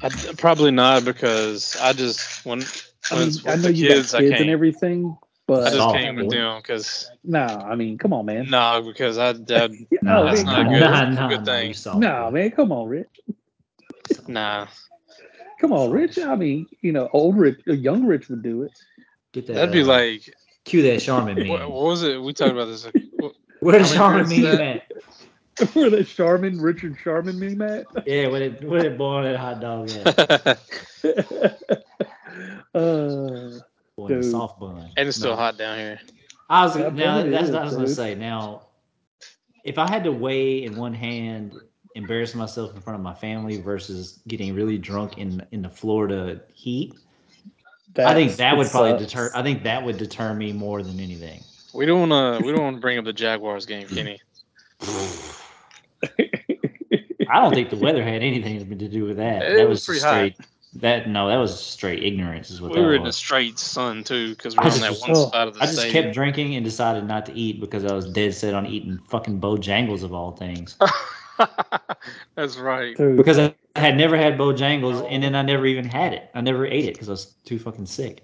[SPEAKER 2] I, probably not because I just when
[SPEAKER 1] I
[SPEAKER 2] when
[SPEAKER 1] mean,
[SPEAKER 2] it's
[SPEAKER 1] I
[SPEAKER 2] with
[SPEAKER 1] know
[SPEAKER 2] the
[SPEAKER 1] you
[SPEAKER 2] kids,
[SPEAKER 1] got
[SPEAKER 2] I
[SPEAKER 1] kids and
[SPEAKER 2] can't.
[SPEAKER 1] everything,
[SPEAKER 2] I
[SPEAKER 1] but
[SPEAKER 2] just
[SPEAKER 3] Oh,
[SPEAKER 2] can't with
[SPEAKER 3] boy.
[SPEAKER 2] them because
[SPEAKER 1] nah, I mean, come on, man.
[SPEAKER 2] no, because I that
[SPEAKER 1] Yeah,
[SPEAKER 3] no,
[SPEAKER 1] oh,
[SPEAKER 2] that's
[SPEAKER 1] man,
[SPEAKER 2] not
[SPEAKER 1] come
[SPEAKER 2] good.
[SPEAKER 1] on,
[SPEAKER 2] That's
[SPEAKER 3] Nah,
[SPEAKER 2] a
[SPEAKER 3] nah,
[SPEAKER 2] good
[SPEAKER 3] nah,
[SPEAKER 2] thing.
[SPEAKER 3] you soft.
[SPEAKER 1] nah, man, come on, Rich,
[SPEAKER 2] nah,
[SPEAKER 1] come on, Rich. I mean, you know, old Rich, uh, young Rich would do it.
[SPEAKER 3] Get that,
[SPEAKER 2] that'd be
[SPEAKER 3] uh,
[SPEAKER 2] like
[SPEAKER 3] cue that Charmin
[SPEAKER 2] what,
[SPEAKER 3] meme.
[SPEAKER 2] what was it? We talked about this.
[SPEAKER 3] Where's
[SPEAKER 2] how many
[SPEAKER 3] Charmin
[SPEAKER 2] drinks
[SPEAKER 3] meme
[SPEAKER 2] that-
[SPEAKER 3] at?
[SPEAKER 1] For that Charmin, Richard Charmin meme, Matt.
[SPEAKER 3] Yeah, what it what it boiled that hot dog at?
[SPEAKER 1] uh,
[SPEAKER 3] Boy, the
[SPEAKER 1] Dude.
[SPEAKER 3] soft bun.
[SPEAKER 2] and it's still
[SPEAKER 3] No.
[SPEAKER 2] hot down here.
[SPEAKER 3] I was
[SPEAKER 1] Yeah,
[SPEAKER 3] now
[SPEAKER 1] but it
[SPEAKER 3] that's
[SPEAKER 1] is,
[SPEAKER 3] what I was gonna
[SPEAKER 1] dude.
[SPEAKER 3] say. Now, if I had to weigh in one hand, embarrass myself in front of my family versus getting really drunk in in the Florida heat, I think
[SPEAKER 1] that's-
[SPEAKER 3] that would
[SPEAKER 1] it
[SPEAKER 3] probably
[SPEAKER 1] sucks.
[SPEAKER 3] deter. I think that would deter me more than anything.
[SPEAKER 2] We don't want to. We don't want to bring up the Jaguars game, Kenny.
[SPEAKER 3] I don't think the weather had anything to do with that.
[SPEAKER 2] It
[SPEAKER 3] that
[SPEAKER 2] was
[SPEAKER 3] was,
[SPEAKER 2] pretty hot.
[SPEAKER 3] straight. That no, that was straight ignorance. Is what
[SPEAKER 2] We
[SPEAKER 3] that
[SPEAKER 2] were in the
[SPEAKER 3] was.
[SPEAKER 2] straight sun too because
[SPEAKER 3] I
[SPEAKER 2] we're on
[SPEAKER 3] just
[SPEAKER 2] that
[SPEAKER 3] was-
[SPEAKER 2] one
[SPEAKER 1] oh,
[SPEAKER 2] side of the
[SPEAKER 3] I just
[SPEAKER 2] stadium.
[SPEAKER 3] kept drinking and decided not to eat because I was dead set on eating fucking Bojangles of all things.
[SPEAKER 2] That's right.
[SPEAKER 1] Dude,
[SPEAKER 3] because I had never had Bojangles, and then I never even had it. I never ate it because I was too fucking sick.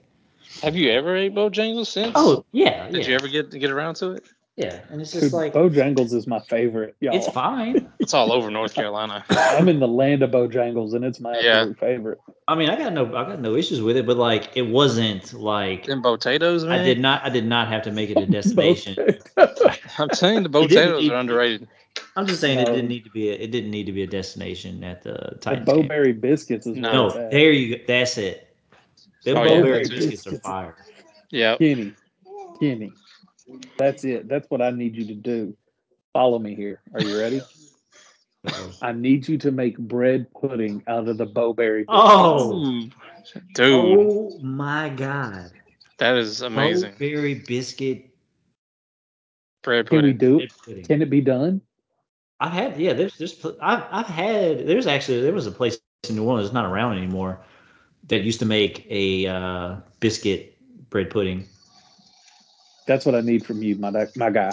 [SPEAKER 2] Have you ever ate Bojangles since?
[SPEAKER 3] Oh yeah,
[SPEAKER 2] did
[SPEAKER 3] yeah,
[SPEAKER 2] you ever get get around to it?
[SPEAKER 3] yeah. And it's
[SPEAKER 1] dude,
[SPEAKER 3] just like
[SPEAKER 1] Bojangles is my favorite, y'all.
[SPEAKER 3] it's fine.
[SPEAKER 2] It's all over North Carolina.
[SPEAKER 1] I'm in the land of Bojangles, and it's my
[SPEAKER 2] Yeah.
[SPEAKER 1] absolute favorite.
[SPEAKER 3] I mean, I got no, I got no issues with it, but like it wasn't like
[SPEAKER 2] Them potatoes, man.
[SPEAKER 3] I did not, I did not have to make it a destination.
[SPEAKER 2] I'm telling you, the
[SPEAKER 3] It didn't
[SPEAKER 2] potatoes
[SPEAKER 3] eat-
[SPEAKER 2] are underrated.
[SPEAKER 3] I'm just saying it
[SPEAKER 1] No.
[SPEAKER 3] didn't need to be, a, it didn't need to be a destination at the
[SPEAKER 1] The
[SPEAKER 3] Titans. game.
[SPEAKER 1] Bowberry biscuits is
[SPEAKER 2] No,
[SPEAKER 1] where
[SPEAKER 3] No,
[SPEAKER 1] it's at.
[SPEAKER 3] there you go. That's it. Them
[SPEAKER 2] Oh, yeah.
[SPEAKER 3] Bowberry
[SPEAKER 2] Bowberry
[SPEAKER 3] biscuits are
[SPEAKER 1] biscuits.
[SPEAKER 3] fire.
[SPEAKER 2] Yeah.
[SPEAKER 1] Kenny, Kenny, that's it. That's what I need you to do. Follow me here. Are you ready? I need you to make bread pudding out of the bowberry.
[SPEAKER 3] Oh,
[SPEAKER 2] Ooh, dude,
[SPEAKER 3] oh my god!
[SPEAKER 2] that is amazing.
[SPEAKER 3] Bowberry biscuit
[SPEAKER 2] Bread
[SPEAKER 1] Can we
[SPEAKER 2] pudding.
[SPEAKER 1] do it?
[SPEAKER 3] pudding.
[SPEAKER 1] Can it be done?
[SPEAKER 3] I've had yeah. There's there's pl- I've I've had there's actually there was a place in New Orleans it's not around anymore that used to make a uh, biscuit bread pudding.
[SPEAKER 1] That's what I need from you, my doc- my guy.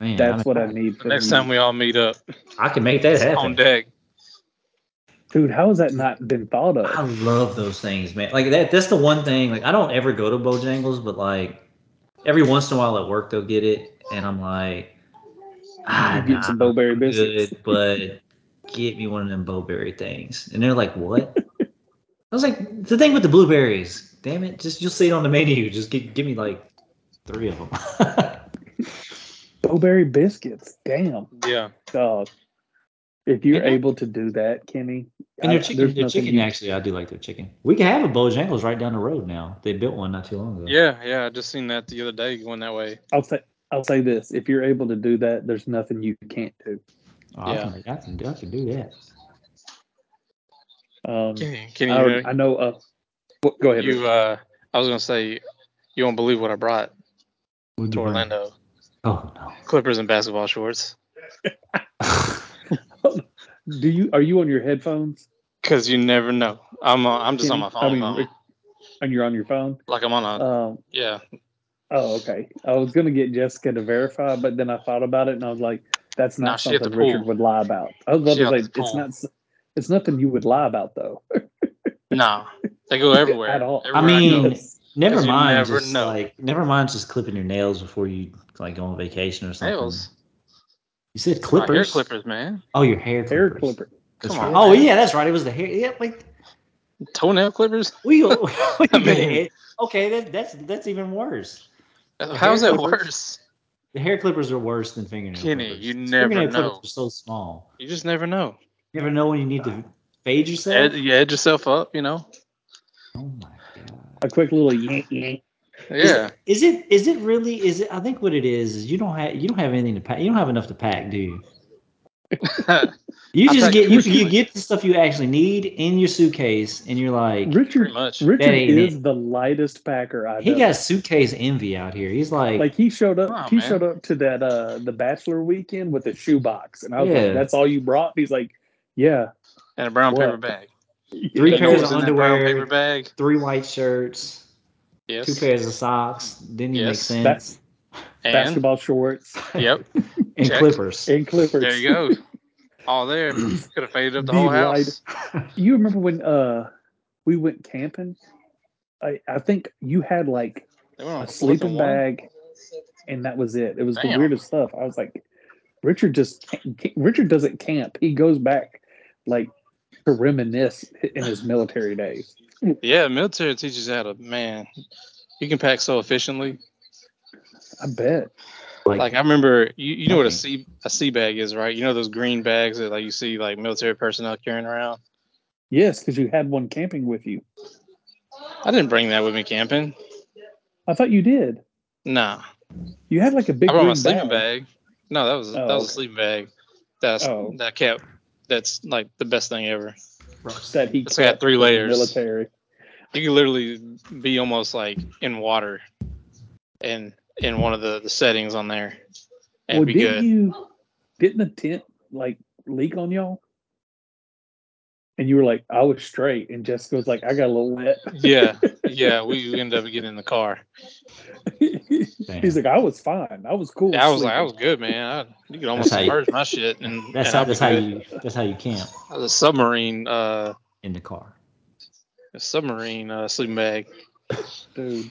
[SPEAKER 3] Man,
[SPEAKER 1] That's what I
[SPEAKER 3] mean,
[SPEAKER 1] need.
[SPEAKER 2] The
[SPEAKER 1] From
[SPEAKER 2] next
[SPEAKER 1] you.
[SPEAKER 2] time we all meet up
[SPEAKER 3] I can make that
[SPEAKER 2] on
[SPEAKER 3] happen.
[SPEAKER 2] deck.
[SPEAKER 1] dude, how has that not been thought
[SPEAKER 3] I
[SPEAKER 1] of?
[SPEAKER 3] love those things, man. Like that that's the one thing. Like I don't ever go to Bojangles, but like every once in a while at work they'll get it, and I'm like, Ah,
[SPEAKER 1] get
[SPEAKER 3] nah,
[SPEAKER 1] some Bowberry biscuits.
[SPEAKER 3] good, but get me one of them bowberry things. And they're like, what? I was like, the thing with the blueberries. Damn it, just you'll see it on the menu. Just get, give me like three of them.
[SPEAKER 1] Bowberry biscuits. Damn,
[SPEAKER 2] Yeah.
[SPEAKER 1] dog. If you're
[SPEAKER 3] Yeah.
[SPEAKER 1] able to do that, Kenny,
[SPEAKER 3] and their
[SPEAKER 1] I-
[SPEAKER 3] chicken,
[SPEAKER 1] there's
[SPEAKER 3] their
[SPEAKER 1] nothing
[SPEAKER 3] chicken
[SPEAKER 1] you-
[SPEAKER 3] actually, I do like their chicken. We can have a Bojangles right down the road now. They built one not too long ago.
[SPEAKER 2] Yeah. Yeah. I just seen that the other day going that way.
[SPEAKER 1] I'll say. I'll say this: if you're able to do that, there's nothing you can't do.
[SPEAKER 3] Oh,
[SPEAKER 2] Yeah.
[SPEAKER 3] I, can, I, can, do- I can do that.
[SPEAKER 1] Um,
[SPEAKER 3] Mm.
[SPEAKER 2] Can, can
[SPEAKER 1] I,
[SPEAKER 2] you?
[SPEAKER 1] already- I know. Uh, what, go ahead.
[SPEAKER 2] you uh, I was gonna say, you won't believe what I brought
[SPEAKER 3] What'd
[SPEAKER 2] to
[SPEAKER 3] you bring?
[SPEAKER 2] Orlando:
[SPEAKER 3] Oh, no.
[SPEAKER 2] Clippers and basketball shorts. uh,
[SPEAKER 1] Rick. do you are you on your headphones?
[SPEAKER 2] Cause you never know. I'm uh, I'm just on
[SPEAKER 1] Kenny?
[SPEAKER 2] my phone.
[SPEAKER 1] I mean,
[SPEAKER 2] um,
[SPEAKER 1] Rick, and you're on your phone.
[SPEAKER 2] like I'm on a
[SPEAKER 3] uh,
[SPEAKER 1] Um,
[SPEAKER 2] yeah.
[SPEAKER 1] oh, okay. I was gonna get Jessica to verify, but then I thought about it and I was like, that's
[SPEAKER 2] Nah,
[SPEAKER 1] not
[SPEAKER 2] she at the
[SPEAKER 1] something Richard
[SPEAKER 2] pool.
[SPEAKER 1] would lie about. I was about
[SPEAKER 2] She at
[SPEAKER 1] to say
[SPEAKER 2] the
[SPEAKER 1] it's
[SPEAKER 2] pool.
[SPEAKER 1] not. s- It's nothing you would lie about though.
[SPEAKER 2] No, they go everywhere.
[SPEAKER 1] At all.
[SPEAKER 2] Everywhere
[SPEAKER 3] I
[SPEAKER 2] go.
[SPEAKER 3] mean, never
[SPEAKER 2] 'Cause you
[SPEAKER 3] mind.
[SPEAKER 2] never
[SPEAKER 3] just
[SPEAKER 2] know.
[SPEAKER 3] like never mind. Just clipping your nails before you like go on vacation or something.
[SPEAKER 2] nails.
[SPEAKER 3] You said
[SPEAKER 2] My hair
[SPEAKER 3] clippers.
[SPEAKER 2] clippers, man.
[SPEAKER 3] Oh, your hair clippers.
[SPEAKER 1] Hair clipper.
[SPEAKER 3] That's
[SPEAKER 2] Come on,
[SPEAKER 3] right. Oh
[SPEAKER 2] man.
[SPEAKER 3] yeah, that's right. It was the hair. Yeah, like
[SPEAKER 2] Toenail clippers.
[SPEAKER 3] we. we we
[SPEAKER 2] I mean-
[SPEAKER 3] okay, that, that's that's even worse.
[SPEAKER 2] How is
[SPEAKER 3] hair
[SPEAKER 2] that
[SPEAKER 3] clippers?
[SPEAKER 2] worse?
[SPEAKER 3] The hair clippers are worse than fingernail
[SPEAKER 2] Kenny,
[SPEAKER 3] clippers.
[SPEAKER 2] you never
[SPEAKER 3] fingernail
[SPEAKER 2] know.
[SPEAKER 3] clippers are so small.
[SPEAKER 2] You just never know.
[SPEAKER 3] You never know when you need to fade yourself.
[SPEAKER 2] Uh, Ed, you edge yourself up, you know.
[SPEAKER 3] Oh my god.
[SPEAKER 1] A quick little yank yank.
[SPEAKER 2] Yeah.
[SPEAKER 3] Is it is it really is it? I think what it is is you don't have you don't have anything to pack. You don't have enough to pack, do you? You
[SPEAKER 2] I
[SPEAKER 3] just
[SPEAKER 2] pack
[SPEAKER 3] get
[SPEAKER 2] too
[SPEAKER 3] you,
[SPEAKER 2] much
[SPEAKER 3] you
[SPEAKER 2] food.
[SPEAKER 3] get the stuff you actually need in your suitcase, and you're like,
[SPEAKER 1] Richard
[SPEAKER 2] Pretty much.
[SPEAKER 1] Richard
[SPEAKER 3] That ain't
[SPEAKER 1] is
[SPEAKER 3] it.
[SPEAKER 1] the lightest packer I've
[SPEAKER 3] he
[SPEAKER 1] ever
[SPEAKER 3] got suitcase envy out here. He's like,
[SPEAKER 1] like he showed up
[SPEAKER 2] Wow,
[SPEAKER 1] he
[SPEAKER 2] man.
[SPEAKER 1] showed up to that uh the bachelor weekend with a shoebox and i was
[SPEAKER 3] Yeah.
[SPEAKER 1] like that's all you brought he's like yeah
[SPEAKER 2] And a brown
[SPEAKER 1] What?
[SPEAKER 2] paper bag.
[SPEAKER 3] Three
[SPEAKER 2] You know
[SPEAKER 3] pairs
[SPEAKER 2] what's
[SPEAKER 3] of
[SPEAKER 2] in that brown
[SPEAKER 3] underwear.
[SPEAKER 2] paper bag.
[SPEAKER 3] three white shirts,
[SPEAKER 2] Yes.
[SPEAKER 3] two pairs of socks. Didn't even
[SPEAKER 2] Yes.
[SPEAKER 3] make
[SPEAKER 1] That's-
[SPEAKER 3] sense.
[SPEAKER 2] and,
[SPEAKER 1] basketball shorts
[SPEAKER 2] Yep.
[SPEAKER 3] and
[SPEAKER 2] check.
[SPEAKER 3] Clippers.
[SPEAKER 1] and clippers
[SPEAKER 2] There you go. All there. Could have faded up the
[SPEAKER 1] The
[SPEAKER 2] whole
[SPEAKER 1] light-
[SPEAKER 2] house.
[SPEAKER 1] You remember when uh we went camping i i think you had like
[SPEAKER 2] They went on
[SPEAKER 1] a
[SPEAKER 2] fourth
[SPEAKER 1] sleeping
[SPEAKER 2] and one.
[SPEAKER 1] bag and that was it it was the
[SPEAKER 2] Damn.
[SPEAKER 1] weirdest stuff i was like richard just can't- richard doesn't camp he goes back like to reminisce in his military days
[SPEAKER 2] Yeah, military teaches you how to man. You can pack so efficiently.
[SPEAKER 1] i bet
[SPEAKER 3] Like,
[SPEAKER 2] Like I remember, you, you know what a sea a sea bag is, right? You know those green bags that like you see like military personnel carrying around.
[SPEAKER 1] yes because you had one camping with you
[SPEAKER 2] I didn't bring that with me camping.
[SPEAKER 1] i thought you did
[SPEAKER 2] Nah,
[SPEAKER 1] You had like a big
[SPEAKER 2] I brought my
[SPEAKER 1] green
[SPEAKER 2] sleeping bag. No, that was
[SPEAKER 1] Oh,
[SPEAKER 2] that was a
[SPEAKER 1] okay.
[SPEAKER 2] sleeping bag. That's
[SPEAKER 1] Oh.
[SPEAKER 2] that kept. That's like the best thing ever.
[SPEAKER 1] that he
[SPEAKER 2] It's got
[SPEAKER 1] kept
[SPEAKER 2] three
[SPEAKER 1] in the
[SPEAKER 2] layers.
[SPEAKER 1] Military.
[SPEAKER 2] You could literally be almost like in water, and in one of the, the settings on there, and
[SPEAKER 1] well,
[SPEAKER 2] be
[SPEAKER 1] didn't
[SPEAKER 2] good.
[SPEAKER 1] you? Didn't the tent like leak on y'all? And you were like, I was straight, and Jessica was like, I got a little wet.
[SPEAKER 2] yeah, yeah. We we ended up getting in the car.
[SPEAKER 3] damn.
[SPEAKER 1] He's like, I was fine. I was cool.
[SPEAKER 2] Yeah, I was like, I was
[SPEAKER 1] sleeping."
[SPEAKER 2] good, man. I, you could almost
[SPEAKER 3] how you-
[SPEAKER 2] submerge my shit, and and
[SPEAKER 3] that's how
[SPEAKER 2] I'd be
[SPEAKER 3] that's how
[SPEAKER 2] good.
[SPEAKER 3] you that's how you camp
[SPEAKER 2] I was a submarine, uh,
[SPEAKER 3] in the car.
[SPEAKER 2] a submarine uh, sleeping bag.
[SPEAKER 1] dude.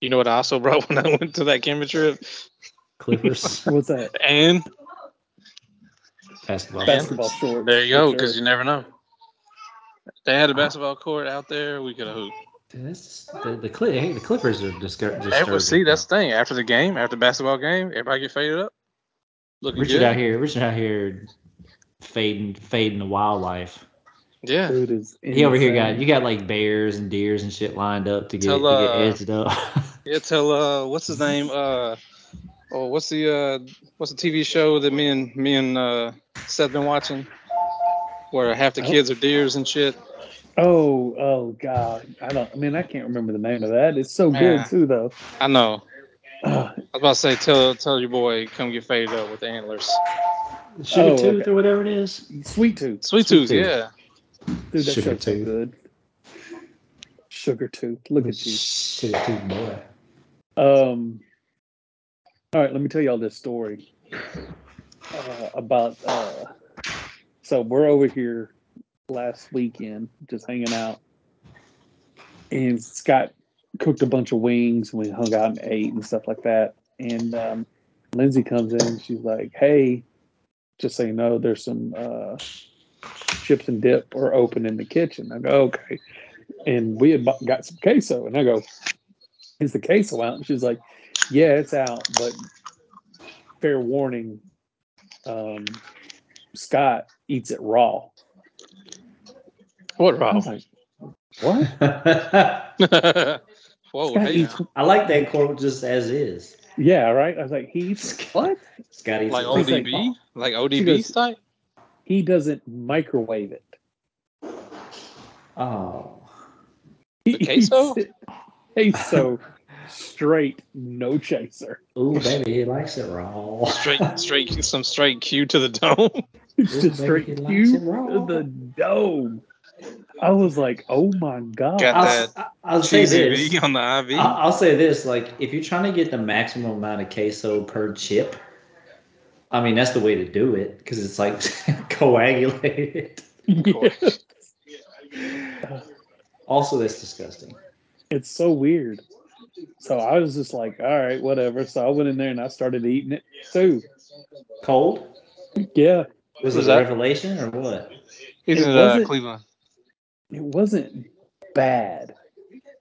[SPEAKER 2] You know what I also brought when I went to that camping trip?
[SPEAKER 3] Clippers,
[SPEAKER 1] What's that?
[SPEAKER 2] And
[SPEAKER 3] basketball.
[SPEAKER 2] Man.
[SPEAKER 1] Basketball shorts.
[SPEAKER 2] there you go,
[SPEAKER 1] for
[SPEAKER 2] because
[SPEAKER 1] sure.
[SPEAKER 2] you never know. They had a basketball court out there. We could have hooped.
[SPEAKER 3] Dude, that's just- the the, Cli- hey, the Clippers are discour-
[SPEAKER 2] That
[SPEAKER 3] disturbing.
[SPEAKER 2] was see, that's the thing. After the game, after the basketball game, everybody get faded up, looking
[SPEAKER 3] Richard
[SPEAKER 2] good.
[SPEAKER 3] out here. Richard out here fading fading the wildlife.
[SPEAKER 2] Yeah,
[SPEAKER 1] dude is.
[SPEAKER 3] He over here
[SPEAKER 1] insane.
[SPEAKER 3] got you got like bears and deers and shit lined up to get
[SPEAKER 2] Tell,
[SPEAKER 3] to
[SPEAKER 2] uh,
[SPEAKER 3] get edged up.
[SPEAKER 2] yeah. Tell uh, what's his name? Uh, oh, what's the uh, what's the TV show that me and me and uh, Seth been watching? Where half the
[SPEAKER 1] Oh.
[SPEAKER 2] kids are deers and shit.
[SPEAKER 1] Oh, oh god. I don't. I mean, I can't remember the name of that. It's so
[SPEAKER 2] Man.
[SPEAKER 1] good too, though.
[SPEAKER 2] I know.
[SPEAKER 1] Ah,
[SPEAKER 2] I was about to say, tell tell your boy, come get faded up with the antlers.
[SPEAKER 3] Sugar
[SPEAKER 1] Oh,
[SPEAKER 3] tooth
[SPEAKER 1] okay.
[SPEAKER 3] or whatever it is.
[SPEAKER 1] sweet tooth,
[SPEAKER 2] Sweet, tooth,
[SPEAKER 3] Sweet Tooth.
[SPEAKER 2] yeah.
[SPEAKER 1] dude. That
[SPEAKER 3] Sugar
[SPEAKER 1] show's so
[SPEAKER 3] Tooth.
[SPEAKER 1] good. Sugar tooth. Look at you.
[SPEAKER 3] Sugar tooth boy.
[SPEAKER 1] Um, all right, let me tell y'all this story uh, about. Uh, so we're over here last weekend, just hanging out, and Scott cooked a bunch of wings. and We hung out and ate and stuff like that. And um, Lindsay comes in. She's like, "Hey, just so you know, there's some uh, chips and dip are open in the kitchen." I go, "Okay," and we had bu- got some queso, and I go, "Is the queso out?" And she's like, "Yeah, it's out, but fair warning, um, Scott eats it raw."
[SPEAKER 2] What,
[SPEAKER 1] I
[SPEAKER 2] Rob?
[SPEAKER 1] was like, "What?"
[SPEAKER 3] I
[SPEAKER 2] Whoa,
[SPEAKER 1] Scott
[SPEAKER 2] hey,
[SPEAKER 1] eats,
[SPEAKER 2] now.
[SPEAKER 3] like that quote just as is.
[SPEAKER 1] yeah, right. I was like, "He eats what?"
[SPEAKER 3] Scotty.
[SPEAKER 2] like
[SPEAKER 1] He's like,
[SPEAKER 2] ODB, like
[SPEAKER 1] She
[SPEAKER 2] ODB
[SPEAKER 1] goes-
[SPEAKER 2] style.
[SPEAKER 1] He doesn't microwave it.
[SPEAKER 3] Oh.
[SPEAKER 2] The queso?
[SPEAKER 1] He eats it queso straight, no chaser.
[SPEAKER 3] Ooh, baby, he likes it raw.
[SPEAKER 2] Straight, straight, some straight Q to the dome.
[SPEAKER 1] It's just
[SPEAKER 3] This baby
[SPEAKER 1] straight
[SPEAKER 3] likes
[SPEAKER 1] you
[SPEAKER 3] it raw.
[SPEAKER 1] to the dome. I was like, oh my god.
[SPEAKER 2] Got
[SPEAKER 3] I'll,
[SPEAKER 2] that
[SPEAKER 3] s- I'll say
[SPEAKER 2] Cheesy V
[SPEAKER 3] this. Uh,
[SPEAKER 2] on the IV.
[SPEAKER 3] I'll, I'll say this. Like, if you're trying to get the maximum amount of queso per chip, I mean, that's the way to do it because it's like coagulated.
[SPEAKER 2] course.
[SPEAKER 1] Yeah.
[SPEAKER 3] Also, that's disgusting.
[SPEAKER 1] It's so weird. So I was just like, all right, whatever. So I went in there and I started eating it too.
[SPEAKER 3] Cold?
[SPEAKER 1] Yeah.
[SPEAKER 3] Was,
[SPEAKER 2] Was
[SPEAKER 3] it a
[SPEAKER 2] that-
[SPEAKER 3] revelation or what?
[SPEAKER 2] He's
[SPEAKER 1] It
[SPEAKER 2] in uh,
[SPEAKER 1] wasn't-
[SPEAKER 2] Cleveland.
[SPEAKER 1] It wasn't bad,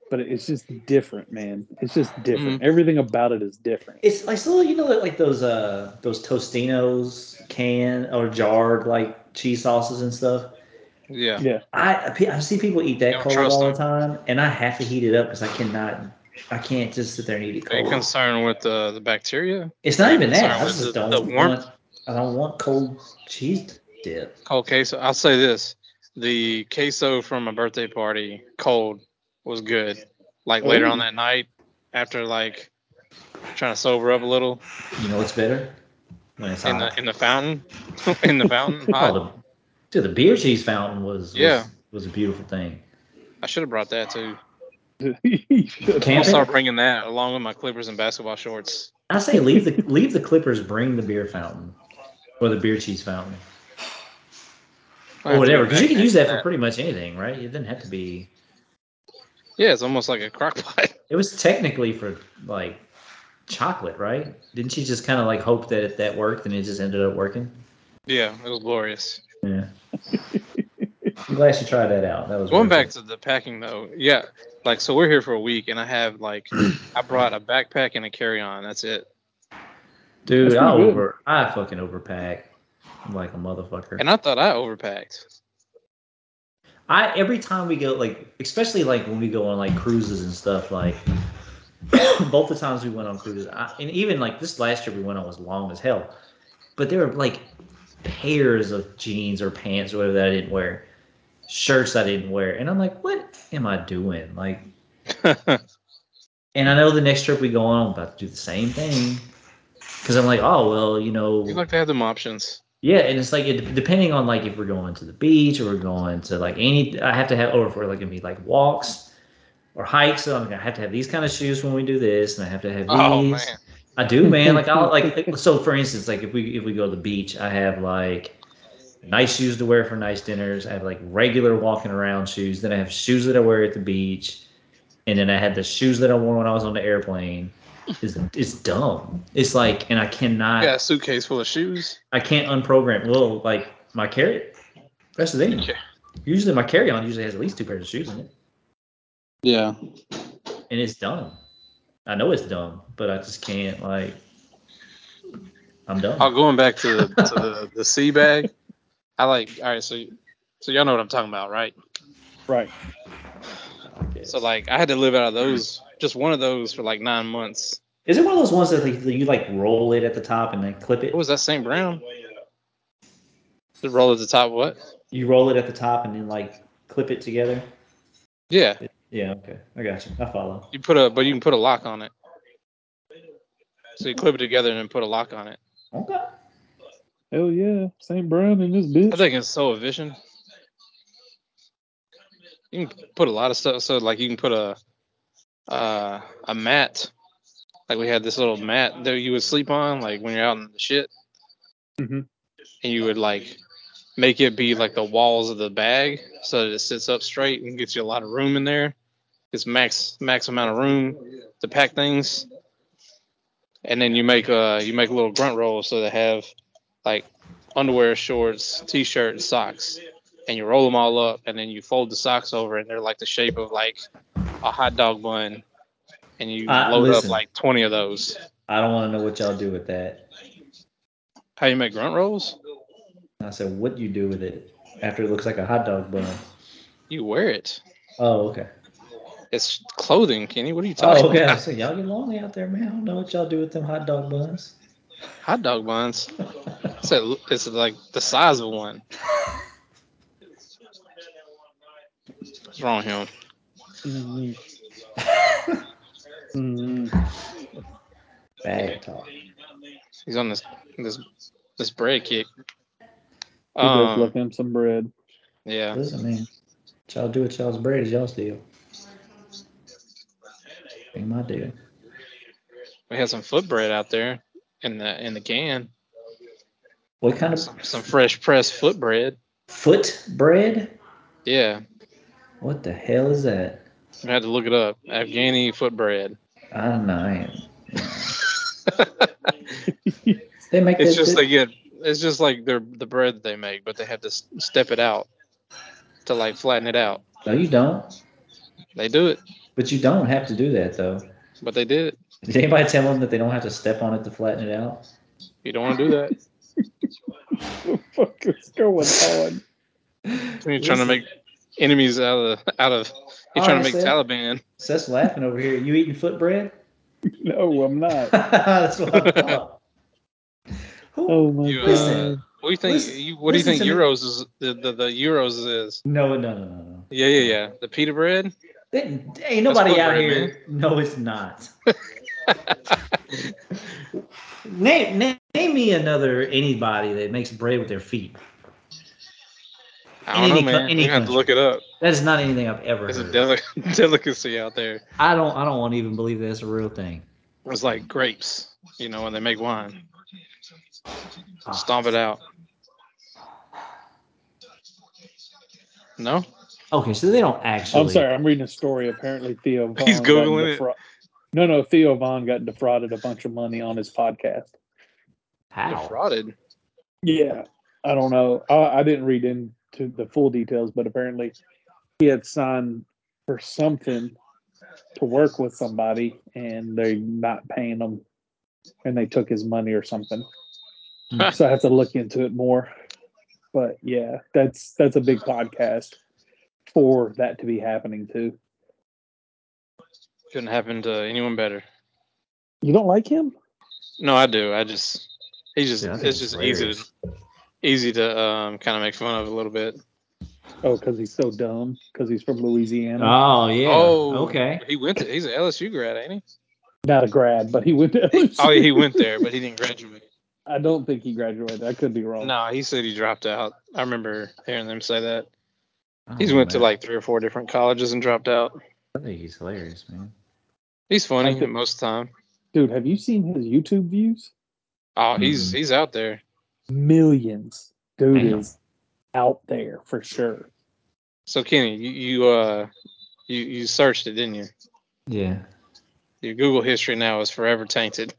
[SPEAKER 1] but it's just different, man. It's just different.
[SPEAKER 2] Mm-hmm.
[SPEAKER 1] Everything about it is different.
[SPEAKER 3] It's like so you know that like those uh those Tostinos can or jarred like cheese sauces and stuff.
[SPEAKER 2] Yeah.
[SPEAKER 1] Yeah.
[SPEAKER 3] I I pe- I see people eat that
[SPEAKER 2] Don't
[SPEAKER 3] cold
[SPEAKER 2] trust
[SPEAKER 3] all
[SPEAKER 2] them.
[SPEAKER 3] the time, and I have to heat it up because I cannot I can't just sit there and eat it
[SPEAKER 2] Are you
[SPEAKER 3] cold.
[SPEAKER 2] concerned with uh, the bacteria?
[SPEAKER 3] It's not even that.
[SPEAKER 2] Sorry,
[SPEAKER 3] I
[SPEAKER 2] was
[SPEAKER 3] just
[SPEAKER 2] it
[SPEAKER 3] don't
[SPEAKER 2] the warmth?
[SPEAKER 3] want. I don't want cold cheese dip.
[SPEAKER 2] Okay, so Oh, I'll say this: the queso from my birthday party, cold, was good.
[SPEAKER 3] Oh,
[SPEAKER 2] Like later on
[SPEAKER 1] Ooh.
[SPEAKER 2] that night, after like trying to sober up a little
[SPEAKER 3] You know what's better when it's
[SPEAKER 2] in the
[SPEAKER 3] hot.
[SPEAKER 2] in the fountain, in the fountain,
[SPEAKER 3] oh,
[SPEAKER 2] hot.
[SPEAKER 3] the, dude, the beer cheese fountain was, was
[SPEAKER 2] Yeah.
[SPEAKER 3] was a beautiful thing.
[SPEAKER 2] I should have brought that too.
[SPEAKER 1] You should-
[SPEAKER 2] I'll
[SPEAKER 3] Camping,
[SPEAKER 2] start bringing that along with my Clippers and basketball shorts.
[SPEAKER 3] I say leave the leave the Clippers, bring the beer fountain or the beer cheese fountain.
[SPEAKER 2] I have
[SPEAKER 3] or
[SPEAKER 2] to
[SPEAKER 3] whatever,
[SPEAKER 2] go
[SPEAKER 3] because you
[SPEAKER 2] back
[SPEAKER 3] can use that
[SPEAKER 2] to
[SPEAKER 3] for pretty much anything, right? It didn't have to be.
[SPEAKER 2] Yeah, it's almost like a crock pot.
[SPEAKER 3] It was technically for like chocolate, right? Didn't she just kind of like hope that if that worked and it just ended up working?
[SPEAKER 2] Yeah, it was glorious.
[SPEAKER 3] Yeah. I'm glad she tried that out. That was
[SPEAKER 2] Going
[SPEAKER 3] really
[SPEAKER 2] back to the packing though, yeah, like so we're here for a week and I have like I brought a backpack and a carry-on. That's it.
[SPEAKER 3] cool. dude,
[SPEAKER 1] That's
[SPEAKER 3] I
[SPEAKER 1] pretty good.
[SPEAKER 3] over, I fucking overpack I'm like a motherfucker.
[SPEAKER 2] And I thought I overpacked.
[SPEAKER 3] I every time we go like especially like when we go on like cruises and stuff like both the times we went on cruises I, and even like this last year we went on was long as hell but there were like pairs of jeans or pants or whatever that I didn't wear shirts I didn't wear and I'm like what am I doing like and I know the next trip we go on I'm about to do the same thing because I'm like oh well you know
[SPEAKER 2] you like to have them options.
[SPEAKER 3] yeah, and it's like it, depending on like if we're going to the beach or we're going to like any, I have to have or if we're like gonna be like walks or hikes. So I'm gonna have to have these kind of shoes when we do this, and I have to have these.
[SPEAKER 2] Oh man.
[SPEAKER 3] I do, man. Like I'll like like- so. For instance, like if we if we go to the beach, I have like nice shoes to wear for nice dinners. I have like regular walking around shoes. Then I have shoes that I wear at the beach, and then I had the shoes that I wore when I was on the airplane. It's, it's dumb. It's like, and I cannot.
[SPEAKER 2] You got a suitcase full of shoes.
[SPEAKER 3] I can't unprogram. Well, like my carry. That's the thing.
[SPEAKER 2] Yeah.
[SPEAKER 3] Usually my carry on usually has at least two pairs of shoes in it,
[SPEAKER 2] Yeah.
[SPEAKER 3] and it's dumb. I know it's dumb, but I just can't like. I'm dumb.
[SPEAKER 2] Oh, going back to, to the, the sea bag. I like all right, so so y'all know what I'm talking about, right?
[SPEAKER 1] Right.
[SPEAKER 2] So like I had to live out of those just one of those for like nine months.
[SPEAKER 3] is it one of those ones that like, that you like roll it at the top and then clip it?
[SPEAKER 2] What was that St. Brown? The roll at the top what?
[SPEAKER 3] You roll it at the top and then like clip it together.
[SPEAKER 2] Yeah.
[SPEAKER 3] Yeah. Okay. I got you. I follow.
[SPEAKER 2] You put a but you can put a lock on it. So you clip it together and then put a lock on it.
[SPEAKER 3] Okay.
[SPEAKER 1] Hell yeah. St. Brown in this
[SPEAKER 2] I
[SPEAKER 1] bitch.
[SPEAKER 2] think it's so efficient. You can put a lot of stuff. So like you can put a uh, a mat. Like we had this little mat that you would sleep on, like when you're out in the shit,
[SPEAKER 1] Mhm.
[SPEAKER 2] and you would like make it be like the walls of the bag, so that it sits up straight and gets you a lot of room in there. It's max max amount of room to pack things. and then you make uh you make little grunt rolls so they have like underwear, shorts, t-shirt, socks, and you roll them all up, and then you fold the socks over, and they're like the shape of like a hot dog bun, and you
[SPEAKER 3] Uh,
[SPEAKER 2] load
[SPEAKER 3] listen.
[SPEAKER 2] up like twenty of those.
[SPEAKER 3] I don't want to know what y'all do with that.
[SPEAKER 2] How you make grunt rolls?
[SPEAKER 3] And I said, what do you do with it after it looks like a hot dog bun?
[SPEAKER 2] You wear it.
[SPEAKER 3] Oh, okay.
[SPEAKER 2] It's clothing, Kenny. What are you talking
[SPEAKER 3] Oh, okay. I
[SPEAKER 2] about?
[SPEAKER 3] said, y'all get lonely out there, man. I don't know what y'all do with them hot dog buns.
[SPEAKER 2] Hot dog buns. So it's like the size of one. What's wrong with him?
[SPEAKER 1] Mm. Mm.
[SPEAKER 3] Bad talk.
[SPEAKER 2] He's on this this this bread kick.
[SPEAKER 1] He does
[SPEAKER 2] Um,
[SPEAKER 1] look him some bread.
[SPEAKER 2] yeah.
[SPEAKER 3] Listen, man. What y'all do with y'all's bread is y'all's deal. Ain't my deal.
[SPEAKER 2] We had some foot bread out there in the in the can.
[SPEAKER 3] What kind of
[SPEAKER 2] Some, some fresh pressed foot bread.
[SPEAKER 3] foot bread?
[SPEAKER 2] Yeah.
[SPEAKER 3] What the hell is that?
[SPEAKER 2] I had to look it up. Afghani foot bread.
[SPEAKER 3] I don't know. I ain't- They make
[SPEAKER 2] it's
[SPEAKER 3] that
[SPEAKER 2] just
[SPEAKER 3] shit-
[SPEAKER 2] they get it's just like their the bread that they make, but they have to s- step it out to like flatten it out.
[SPEAKER 3] No, you don't.
[SPEAKER 2] They do it,
[SPEAKER 3] But you don't have to do that though.
[SPEAKER 2] but they did it.
[SPEAKER 3] Did anybody tell them that they don't have to step on it to flatten it out?
[SPEAKER 2] You don't want to do that.
[SPEAKER 1] What the fuck is going on?
[SPEAKER 2] You're trying to
[SPEAKER 3] Listen.
[SPEAKER 2] make enemies out of out of. You're trying to make
[SPEAKER 3] Alright,
[SPEAKER 2] Taliban.
[SPEAKER 3] Seth's laughing over here. You eating foot bread?
[SPEAKER 1] No, I'm not.
[SPEAKER 3] That's what I thought. Who?
[SPEAKER 1] Oh my
[SPEAKER 2] You, uh,
[SPEAKER 1] god.
[SPEAKER 2] What do you think?
[SPEAKER 3] Listen-
[SPEAKER 2] you, what do you
[SPEAKER 3] listen
[SPEAKER 2] think
[SPEAKER 3] to me.
[SPEAKER 2] euros is? The, the the euros is.
[SPEAKER 3] No, no, no, no, no.
[SPEAKER 2] Yeah, yeah, yeah. The pita bread.
[SPEAKER 3] They, ain't nobody
[SPEAKER 2] foot
[SPEAKER 3] out
[SPEAKER 2] bread,
[SPEAKER 3] here. No, it's not. name, name, name me another anybody that makes bread with their feet.
[SPEAKER 2] I don't know,
[SPEAKER 3] Any co-
[SPEAKER 2] man.
[SPEAKER 3] any
[SPEAKER 2] You have to
[SPEAKER 3] country.
[SPEAKER 2] look it up.
[SPEAKER 3] That is not anything I've ever
[SPEAKER 2] It's a
[SPEAKER 3] heard.
[SPEAKER 2] deli- delicacy out there.
[SPEAKER 3] I don't. I don't want to even believe that it's a real thing.
[SPEAKER 2] It's like grapes, you know, when they make wine.
[SPEAKER 3] Ah.
[SPEAKER 2] Stomp it out. No,
[SPEAKER 3] Okay, so they don't actually.
[SPEAKER 1] I'm sorry, I'm reading a story. Apparently Theo Vaughn
[SPEAKER 2] He's
[SPEAKER 1] got
[SPEAKER 2] Googling it.
[SPEAKER 1] defra- No, no, Theo Vaughn got defrauded a bunch of money on his podcast.
[SPEAKER 3] How?
[SPEAKER 2] defrauded.
[SPEAKER 1] Yeah, I don't know. I, I didn't read into the full details, but apparently he had signed for something to work with somebody, and they're not paying him, and they took his money or something.
[SPEAKER 2] Hmm.
[SPEAKER 1] so I have to look into it more. But yeah, that's that's a big podcast for that to be happening too.
[SPEAKER 2] Couldn't happen to anyone better.
[SPEAKER 1] You don't like him?
[SPEAKER 2] No, I do. I just. He's just.
[SPEAKER 3] Yeah, I think
[SPEAKER 2] it's just easy to
[SPEAKER 3] hilarious.
[SPEAKER 2] easy to um, kind of make fun of a little bit.
[SPEAKER 1] Oh, because he's so dumb. Because he's from Louisiana.
[SPEAKER 3] Oh yeah.
[SPEAKER 2] Oh,
[SPEAKER 3] Okay.
[SPEAKER 2] He went to. He's an LSU grad, ain't he?
[SPEAKER 1] not a grad, but he went to.
[SPEAKER 2] Oh, he went there, but he didn't graduate.
[SPEAKER 1] I don't think he graduated. I could be
[SPEAKER 3] Oh.
[SPEAKER 1] wrong.
[SPEAKER 2] No, he said he dropped out. I remember hearing them say that.
[SPEAKER 3] I don't
[SPEAKER 2] He's
[SPEAKER 3] know,
[SPEAKER 2] went to
[SPEAKER 3] Oh, man.
[SPEAKER 2] like three or four different colleges and dropped out.
[SPEAKER 3] I think he's hilarious, man.
[SPEAKER 2] He's funny
[SPEAKER 1] I think-
[SPEAKER 2] most of the time.
[SPEAKER 1] Dude, have you seen his YouTube views?
[SPEAKER 2] Oh, he's
[SPEAKER 3] Mhm.
[SPEAKER 2] he's out there.
[SPEAKER 1] Millions. Dude
[SPEAKER 3] Damn.
[SPEAKER 1] is out there for sure.
[SPEAKER 2] So Kenny, you, you uh you you searched it, didn't you?
[SPEAKER 3] Yeah.
[SPEAKER 2] Your Google history now is forever tainted.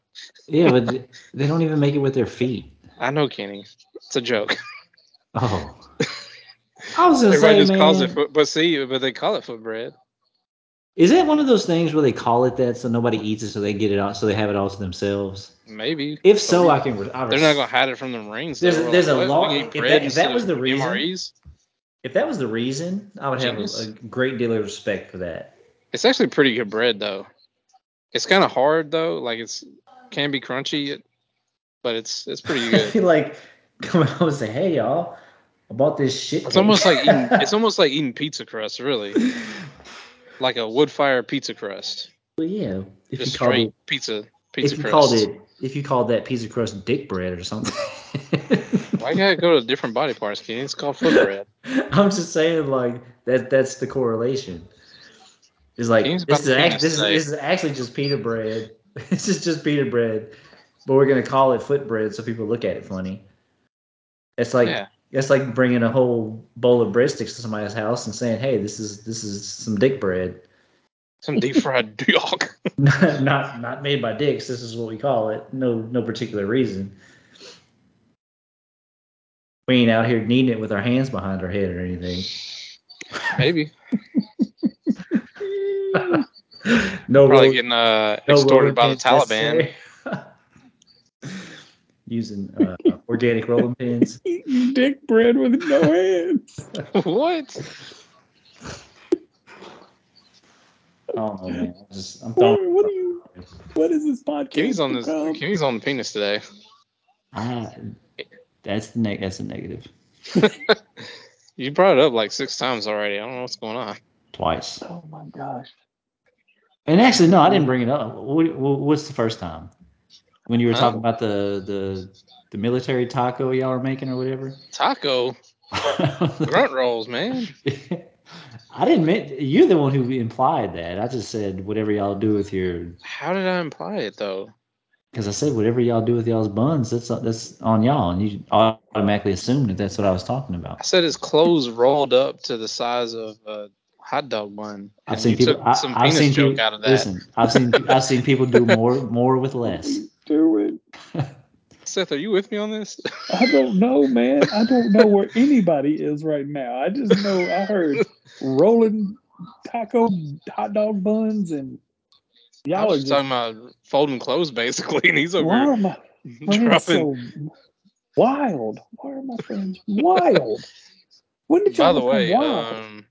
[SPEAKER 3] Yeah, but th- they don't even make it with their feet.
[SPEAKER 2] I know Kenny. It's a joke.
[SPEAKER 3] Oh. I was gonna
[SPEAKER 2] Everybody
[SPEAKER 3] say,
[SPEAKER 2] just calls it
[SPEAKER 3] man,
[SPEAKER 2] foot but see, but they call it foot bread.
[SPEAKER 3] is that one of those things where they call it that so nobody eats it, so they get it all, so they have it all to themselves?
[SPEAKER 2] Maybe.
[SPEAKER 3] If so, I can. Re- I
[SPEAKER 2] they're
[SPEAKER 3] res-
[SPEAKER 2] not gonna hide it from the rings.
[SPEAKER 3] There's
[SPEAKER 2] though.
[SPEAKER 3] a-
[SPEAKER 2] We're
[SPEAKER 3] there's a
[SPEAKER 2] "What? We
[SPEAKER 3] law-
[SPEAKER 2] eat
[SPEAKER 3] if
[SPEAKER 2] bread
[SPEAKER 3] that- if
[SPEAKER 2] instead
[SPEAKER 3] that was
[SPEAKER 2] of
[SPEAKER 3] the reason-
[SPEAKER 2] MREs.
[SPEAKER 3] if that was the reason, I would have a,
[SPEAKER 2] Genius.
[SPEAKER 3] a great deal of respect for that.
[SPEAKER 2] It's actually pretty good bread though. It's kind of hard though. Like it's can be crunchy, but it's it's pretty good.
[SPEAKER 3] like, come out and say, "Hey, y'all, I bought this shit."
[SPEAKER 2] It's
[SPEAKER 3] cake."
[SPEAKER 2] almost like eating, it's almost like eating pizza crust, really, like a wood fire pizza crust,
[SPEAKER 3] Well, yeah. If
[SPEAKER 2] just
[SPEAKER 3] you called
[SPEAKER 2] straight
[SPEAKER 3] it,
[SPEAKER 2] pizza pizza
[SPEAKER 3] if you
[SPEAKER 2] crust.
[SPEAKER 3] called it, if you called that pizza crust dick bread or something.
[SPEAKER 2] Why you gotta go to different body parts, Kenny? It's called foot bread.
[SPEAKER 3] I'm just saying, like that. That's the correlation. It's like
[SPEAKER 2] Kenny's about
[SPEAKER 3] this is,
[SPEAKER 2] to
[SPEAKER 3] act,
[SPEAKER 2] finish
[SPEAKER 3] this, is,
[SPEAKER 2] today.
[SPEAKER 3] this is actually just pita bread. this is just pita bread, but we're gonna call it foot bread so people look at it funny. It's like
[SPEAKER 2] yeah,
[SPEAKER 3] it's like bringing a whole bowl of breadsticks to somebody's house and saying, "Hey, this is this is some dick bread."
[SPEAKER 2] Some deep fried duck.
[SPEAKER 3] not not made by dicks. This is what we call it. No no particular reason. We ain't out here needing it with our hands behind our head or anything.
[SPEAKER 2] Maybe.
[SPEAKER 3] no
[SPEAKER 2] Probably
[SPEAKER 3] road-
[SPEAKER 2] getting uh,
[SPEAKER 3] no
[SPEAKER 2] extorted
[SPEAKER 3] rolling
[SPEAKER 2] by the
[SPEAKER 3] pins
[SPEAKER 2] Taliban.
[SPEAKER 3] necessary. Using uh, organic rolling pins.
[SPEAKER 1] Eating dick bread with no hands.
[SPEAKER 2] what?
[SPEAKER 3] Oh man, I'm, just, I'm
[SPEAKER 1] Boy,
[SPEAKER 3] throwing.
[SPEAKER 1] what, are you, what is this podcast?
[SPEAKER 2] Kenny's on this.
[SPEAKER 1] become?
[SPEAKER 2] Kenny's on the penis today.
[SPEAKER 3] Ah, that's the neg- That's a negative.
[SPEAKER 2] You brought it up like six times already. I don't know what's going on.
[SPEAKER 3] Twice.
[SPEAKER 1] Oh my gosh.
[SPEAKER 3] And actually, no, I didn't bring it up. What, what- what's the first time? When you were
[SPEAKER 2] Huh?
[SPEAKER 3] talking about the the the military taco y'all were making or whatever.
[SPEAKER 2] Taco grunt rolls, man.
[SPEAKER 3] I didn't. Mean, you're the one who implied that. I just said whatever y'all do with your.
[SPEAKER 2] How did I imply it though?
[SPEAKER 3] Because I said whatever y'all do with y'all's buns, that's that's on y'all, and you automatically assumed that that's what I was talking about.
[SPEAKER 2] I said his clothes rolled up to the size of a hot dog bun.
[SPEAKER 3] I've
[SPEAKER 2] and
[SPEAKER 3] seen
[SPEAKER 2] you
[SPEAKER 3] people.
[SPEAKER 2] took
[SPEAKER 3] I,
[SPEAKER 2] some
[SPEAKER 3] I've
[SPEAKER 2] penis
[SPEAKER 3] seen
[SPEAKER 2] joke
[SPEAKER 3] people,
[SPEAKER 2] out of that.
[SPEAKER 3] Listen, I've seen I've seen people do more more with less.
[SPEAKER 1] Do it.
[SPEAKER 2] Seth, are you with me on this?
[SPEAKER 1] I don't know, man. I don't know where anybody is right now. I just know I heard rolling taco hot dog buns and
[SPEAKER 2] I
[SPEAKER 1] y'all are
[SPEAKER 2] was
[SPEAKER 1] just
[SPEAKER 2] talking about folding clothes basically, and he's
[SPEAKER 1] why
[SPEAKER 2] over
[SPEAKER 1] are my
[SPEAKER 2] here
[SPEAKER 1] friends
[SPEAKER 2] dropping.
[SPEAKER 1] so wild? Why are my friends wild? When did
[SPEAKER 2] By
[SPEAKER 1] y'all
[SPEAKER 2] the
[SPEAKER 1] become
[SPEAKER 2] way,
[SPEAKER 1] wild?
[SPEAKER 2] um,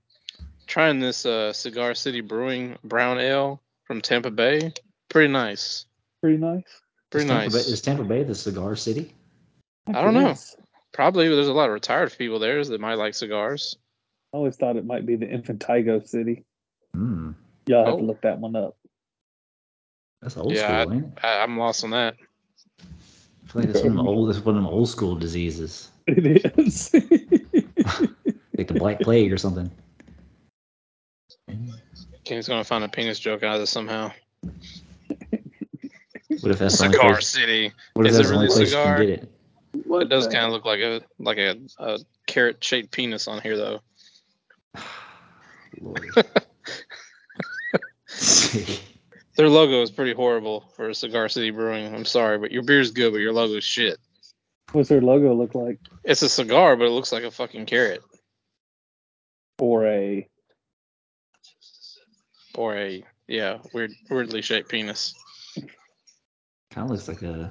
[SPEAKER 2] trying this uh, Cigar City Brewing brown ale from Tampa Bay, pretty nice.
[SPEAKER 1] Pretty nice.
[SPEAKER 2] Pretty nice.
[SPEAKER 3] is Tampa Bay, is Tampa Bay the cigar city?
[SPEAKER 2] I don't know.
[SPEAKER 1] guess.
[SPEAKER 2] Probably there's a lot of retired people there that might like cigars.
[SPEAKER 1] I always thought it might be the Infantigo City.
[SPEAKER 3] Mm,
[SPEAKER 1] Y'all have
[SPEAKER 2] Oh.
[SPEAKER 1] to look that one up.
[SPEAKER 3] that's old
[SPEAKER 2] Yeah,
[SPEAKER 3] school, ain't it?
[SPEAKER 2] I, I'm lost on that.
[SPEAKER 3] I feel like that's one of the old. That's one of them old school diseases,
[SPEAKER 1] It is.
[SPEAKER 3] like the Black Plague or something. What
[SPEAKER 2] Kenny's gonna find a penis joke out of this somehow.
[SPEAKER 3] if that's the only
[SPEAKER 2] Cigar
[SPEAKER 3] place-
[SPEAKER 2] City.
[SPEAKER 3] What if
[SPEAKER 2] Is
[SPEAKER 3] that's
[SPEAKER 2] it
[SPEAKER 3] the only
[SPEAKER 2] really
[SPEAKER 3] place you
[SPEAKER 2] cigar?
[SPEAKER 3] can get it?
[SPEAKER 2] It does kind of look like a like a, a carrot shaped penis on here though.
[SPEAKER 3] Lord. See,
[SPEAKER 2] Their logo is pretty horrible for Cigar City Brewing. I'm sorry, but your beer's good, but your logo's shit.
[SPEAKER 1] What's their logo look like
[SPEAKER 2] It's a cigar, but it looks like a fucking carrot
[SPEAKER 1] for a?
[SPEAKER 2] or a yeah weird weirdly shaped penis,
[SPEAKER 3] kind of looks like a.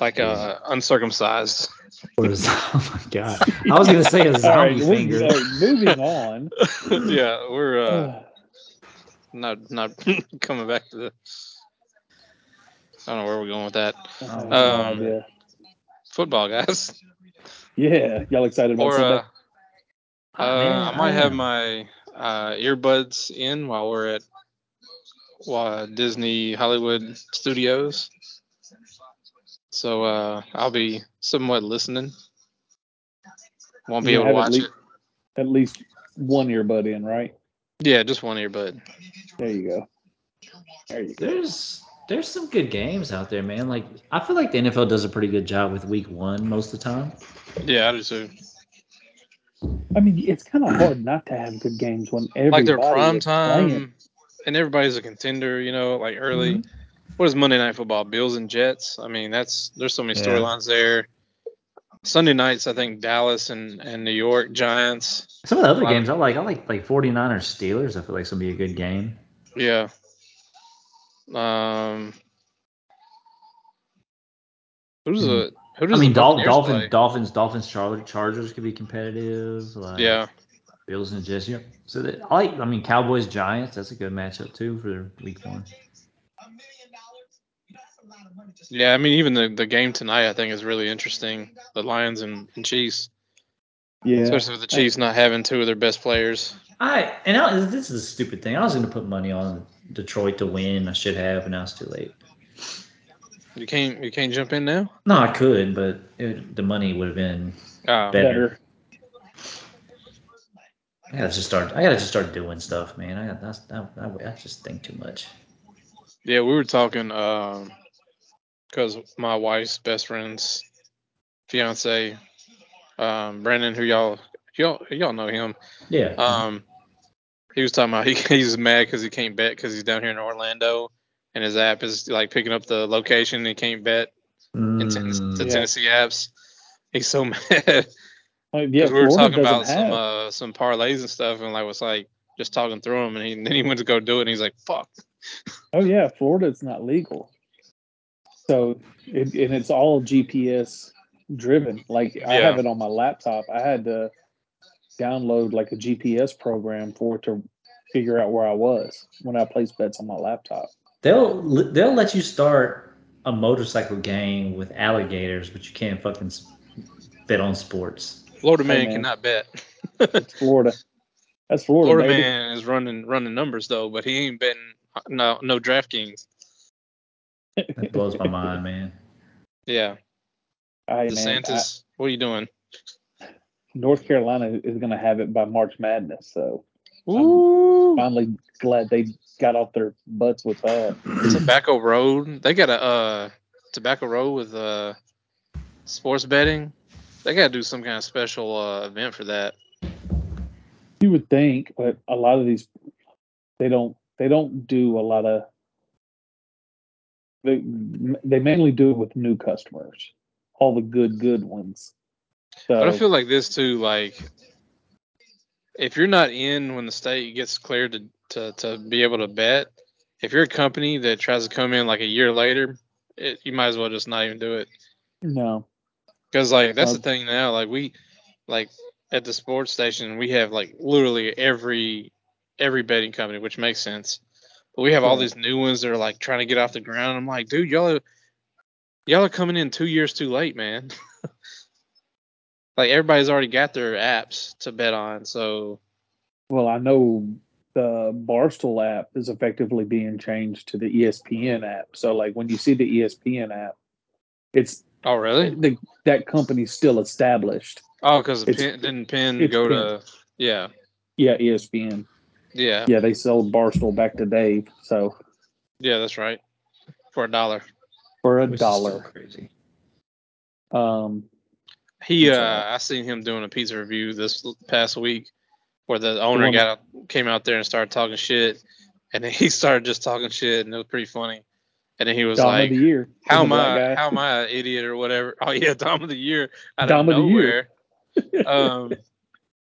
[SPEAKER 2] like uh uncircumcised.
[SPEAKER 3] What is? Oh my god! I was gonna say
[SPEAKER 1] All
[SPEAKER 3] a
[SPEAKER 1] right,
[SPEAKER 3] zombie
[SPEAKER 1] we're-
[SPEAKER 3] finger.
[SPEAKER 1] all right, moving on.
[SPEAKER 2] yeah, we're uh, not not coming back to the. I don't know where we're going with that.
[SPEAKER 1] Oh,
[SPEAKER 2] Um,
[SPEAKER 1] yeah.
[SPEAKER 2] Football guys,
[SPEAKER 1] yeah, y'all excited about
[SPEAKER 2] or uh,
[SPEAKER 1] Sunday?
[SPEAKER 2] uh,
[SPEAKER 3] Ah, man,
[SPEAKER 2] I might have
[SPEAKER 3] am.
[SPEAKER 2] my uh, earbuds in while we're at uh, Disney Hollywood Studios. So uh, I'll be somewhat listening. Won't be
[SPEAKER 1] You
[SPEAKER 2] able to
[SPEAKER 1] have at
[SPEAKER 2] watch
[SPEAKER 1] least-
[SPEAKER 2] it.
[SPEAKER 1] At least one earbud in, right?
[SPEAKER 2] Yeah, just one earbud.
[SPEAKER 1] There you go. There you go.
[SPEAKER 3] There's there's some good games out there, man. Like I feel like the NFL does a pretty good job with week one most of the time.
[SPEAKER 2] Yeah, I do too.
[SPEAKER 1] I mean, it's kind of hard not to have good games when everybody
[SPEAKER 2] Like their prime
[SPEAKER 1] is playing.
[SPEAKER 2] time, and everybody's a contender. You know, like early. What is Monday Night Football? Bills and Jets. I mean, that's there's so many
[SPEAKER 3] Yeah.
[SPEAKER 2] storylines there. Sunday nights, I think Dallas and, and New York Giants.
[SPEAKER 3] Some of the other
[SPEAKER 2] Wow.
[SPEAKER 3] games I like, I like like 49ers Steelers. I feel like it's gonna be a good game.
[SPEAKER 2] Yeah. Um. Who's
[SPEAKER 3] Hmm.
[SPEAKER 2] the who
[SPEAKER 3] I
[SPEAKER 2] does
[SPEAKER 3] mean,
[SPEAKER 2] the
[SPEAKER 3] Dol-
[SPEAKER 2] Buccaneers
[SPEAKER 3] Dolphins,
[SPEAKER 2] play?
[SPEAKER 3] Dolphins, Dolphins, Chargers, Chargers could be competitive. Like
[SPEAKER 2] Yeah.
[SPEAKER 3] Bills and Jets. Yeah. So that, I like. I mean, Cowboys, Giants. That's a good matchup too for week one.
[SPEAKER 2] Yeah, I mean, even the, the game tonight, I think, is really interesting. The Lions and, and Chiefs,
[SPEAKER 1] Yeah.
[SPEAKER 2] especially with the Chiefs not having two of their best players.
[SPEAKER 3] I and I, this is a stupid thing. I was gonna put money on Detroit to win. I should have, and I was too late.
[SPEAKER 2] You can't you can't jump in now.
[SPEAKER 3] No, I could, but it, the money would have been
[SPEAKER 2] Uh,
[SPEAKER 3] better.
[SPEAKER 1] Better.
[SPEAKER 3] I gotta just start. I gotta just start doing stuff, man. I got that's that, I, I just think too much.
[SPEAKER 2] yeah, we were talking because my wife's best friend's fiance,
[SPEAKER 1] Mm-hmm.
[SPEAKER 2] um, Brandon, who y'all y'all y'all know him.
[SPEAKER 3] Yeah.
[SPEAKER 2] Um, He was talking about he, he's mad because he can't bet because he's down here in Orlando and his app is like picking up the location and he can't bet in Tennessee,
[SPEAKER 3] Mm,
[SPEAKER 2] the
[SPEAKER 1] Yeah.
[SPEAKER 2] Tennessee apps. He's so mad.
[SPEAKER 1] Like, Uh, yeah,
[SPEAKER 2] Because we were
[SPEAKER 1] Florida doesn't
[SPEAKER 2] talking about some
[SPEAKER 1] have.
[SPEAKER 2] uh, some parlays and stuff, and like was like just talking through them, and, he, then he went to go do it, and he's like, "Fuck."
[SPEAKER 1] Oh yeah, Florida's not legal. So it, and it's all GPS driven. Like I
[SPEAKER 2] Yeah.
[SPEAKER 1] have it on my laptop. I had to download like a GPS program for it to figure out where I was when I placed bets on my laptop.
[SPEAKER 3] They'll they'll let you start a motorcycle game with alligators, but you can't fucking s- bet on sports.
[SPEAKER 2] Florida
[SPEAKER 1] Hey,
[SPEAKER 2] man,
[SPEAKER 1] man.
[SPEAKER 2] cannot bet.
[SPEAKER 1] It's Florida. That's Florida,
[SPEAKER 2] Florida
[SPEAKER 1] baby.
[SPEAKER 2] man is running running numbers though, but he ain't betting uh, no no DraftKings.
[SPEAKER 3] That blows my mind, man.
[SPEAKER 2] Yeah,
[SPEAKER 1] Hey, man, I-
[SPEAKER 2] DeSantis, what are you doing?
[SPEAKER 1] North Carolina is going to have it by March Madness. So
[SPEAKER 2] Ooh,
[SPEAKER 1] finally glad they got off their butts with that.
[SPEAKER 2] Tobacco Road. They got a uh, Tobacco Road with uh, sports betting. They got to do some kind of special uh, event for that.
[SPEAKER 1] You would think, but a lot of these they don't they don't do a lot of they they mainly do it with new customers, all the good good ones. So
[SPEAKER 2] But I feel like this too, like if you're not in when the state gets cleared to, to, to be able to bet, if you're a company that tries to come in like a year later, it, you might as well just not even do it.
[SPEAKER 1] no,
[SPEAKER 2] Because like that's the
[SPEAKER 1] Well-
[SPEAKER 2] thing now, like we like at the sports station we have like literally every every betting company, which makes sense. But we have all
[SPEAKER 1] Right.
[SPEAKER 2] these new ones that are like trying to get off the ground. I'm like, dude, y'all are y'all are coming in two years too late, man. like everybody's already got their apps to bet on, so
[SPEAKER 1] well I know the Barstool app is effectively being changed to the E ESPN app. So like when you see the E ESPN app, it's
[SPEAKER 2] Oh really?
[SPEAKER 1] the, that company's still established.
[SPEAKER 2] Oh, because
[SPEAKER 1] It's-
[SPEAKER 2] pin, didn't pin
[SPEAKER 1] it's
[SPEAKER 2] go to yeah
[SPEAKER 1] Yeah, E ESPN.
[SPEAKER 2] yeah
[SPEAKER 1] Yeah, they sold Barstool back to Dave. So
[SPEAKER 2] yeah that's right for a dollar.
[SPEAKER 1] for a
[SPEAKER 3] Which is still
[SPEAKER 1] dollar.
[SPEAKER 3] Crazy.
[SPEAKER 1] Um,
[SPEAKER 2] He
[SPEAKER 1] That's
[SPEAKER 2] uh
[SPEAKER 1] alright.
[SPEAKER 2] I seen him doing a pizza review this l- past week where the owner
[SPEAKER 1] one-
[SPEAKER 2] got out- came out there and started talking shit, and then he started just talking shit and it was pretty funny. And then he was
[SPEAKER 1] Dom
[SPEAKER 2] like,
[SPEAKER 1] of the year.
[SPEAKER 2] "How
[SPEAKER 1] He's a
[SPEAKER 2] am
[SPEAKER 1] black
[SPEAKER 2] I?
[SPEAKER 1] guy.
[SPEAKER 2] How am I an idiot or whatever?" Oh yeah, Dom of the Year out
[SPEAKER 1] Dom
[SPEAKER 2] of
[SPEAKER 1] of the year.
[SPEAKER 2] nowhere. um,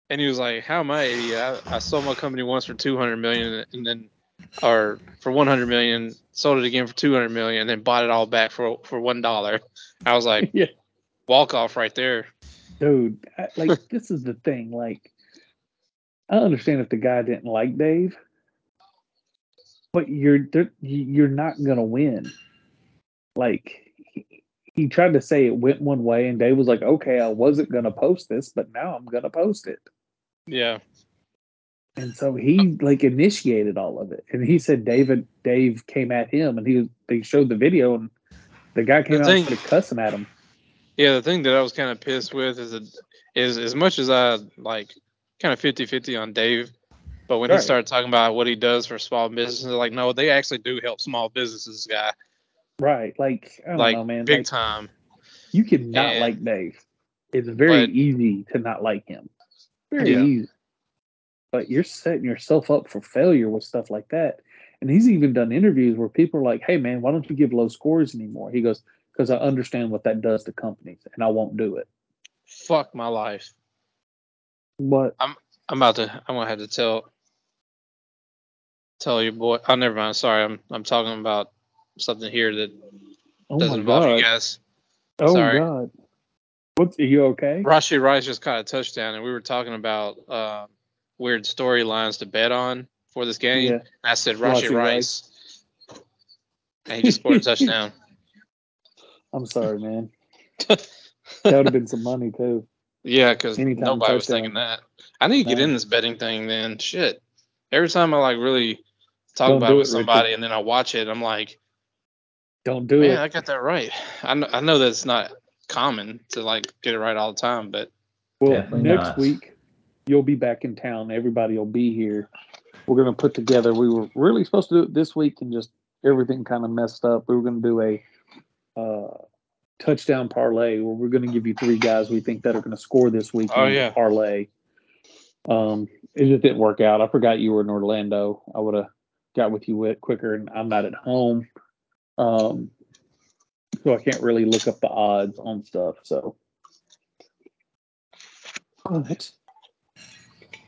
[SPEAKER 2] and he was like, "How am I an idiot? I, I sold my company once for two hundred million, and then, or for one hundred million, sold it again for two hundred million, and then bought it all back for for one dollar." I was like,
[SPEAKER 1] Yeah.
[SPEAKER 2] "Walk off right there."
[SPEAKER 1] Dude, I, like this is the thing. Like, I understand if the guy didn't like Dave, but you're there- you- you're not gonna win. Like, he, he tried to say it went one way, and Dave was like, "Okay, I wasn't gonna post this, but now I'm gonna post it."
[SPEAKER 2] Yeah,
[SPEAKER 1] And so he like initiated all of it, and he said David Dave came at him, and he they showed the video, and the guy came
[SPEAKER 2] The
[SPEAKER 1] out and
[SPEAKER 2] thing-
[SPEAKER 1] started cussing at him.
[SPEAKER 2] yeah. The thing that I was kind of pissed with is that is as much as I like kind of 50-50 on Dave, but when he
[SPEAKER 1] Right.
[SPEAKER 2] started talking about what he does for small businesses, like, no, they actually do help small businesses, guy,
[SPEAKER 1] Right, like I don't
[SPEAKER 2] like
[SPEAKER 1] know, man.
[SPEAKER 2] big
[SPEAKER 1] like,
[SPEAKER 2] time.
[SPEAKER 1] You can not
[SPEAKER 2] And-
[SPEAKER 1] like Dave. It's very
[SPEAKER 2] But-
[SPEAKER 1] easy to not like him. Very
[SPEAKER 2] Yeah.
[SPEAKER 1] easy. But you're setting yourself up for failure with stuff like that. And he's even done interviews where people are like, hey, man, why don't you give low scores anymore? He goes, because I understand what that does to companies and I won't do it.
[SPEAKER 2] Fuck my life.
[SPEAKER 1] But
[SPEAKER 2] I'm about to. I'm gonna have to tell tell your boy. Oh, never mind. Sorry, I'm I'm talking about something here that
[SPEAKER 1] oh
[SPEAKER 2] doesn't
[SPEAKER 1] my
[SPEAKER 2] involve
[SPEAKER 1] God.
[SPEAKER 2] you guys.
[SPEAKER 1] Oh
[SPEAKER 2] Sorry.
[SPEAKER 1] God. What's are you okay?
[SPEAKER 2] Rashi Rice just caught a touchdown, and we were talking about uh, weird storylines to bet on for this game.
[SPEAKER 1] Yeah.
[SPEAKER 2] I said
[SPEAKER 1] Rashi
[SPEAKER 2] Rashi Rice, and he just scored a touchdown.
[SPEAKER 1] I'm sorry, man. That would have been some money too.
[SPEAKER 2] Yeah, because nobody
[SPEAKER 1] Anytime
[SPEAKER 2] was
[SPEAKER 1] touchdown.
[SPEAKER 2] thinking that. I need to get
[SPEAKER 1] No.
[SPEAKER 2] in this betting thing. Then shit. Every time I like really talk
[SPEAKER 1] Don't
[SPEAKER 2] about
[SPEAKER 1] do
[SPEAKER 2] it
[SPEAKER 1] it,
[SPEAKER 2] with
[SPEAKER 1] Richard.
[SPEAKER 2] somebody, and then I watch it, I'm like,
[SPEAKER 1] Don't do
[SPEAKER 2] Man,
[SPEAKER 1] it.
[SPEAKER 2] I got that right. I know, I know that it's not common to like get it right all the time, but
[SPEAKER 1] Well,
[SPEAKER 3] Definitely
[SPEAKER 1] next
[SPEAKER 3] not.
[SPEAKER 1] week you'll be back in town. Everybody will be here. We're gonna put together. We were really supposed to do it this week, and just everything kind of messed up. We were gonna do a uh, touchdown parlay where we're gonna give you three guys we think that are gonna score this week.
[SPEAKER 2] Oh, yeah.
[SPEAKER 1] parlay. Um, it just didn't work out. I forgot you were in Orlando. I would have got with you wi- quicker, and I'm not at home, um, so I can't really look up the odds on stuff. So, but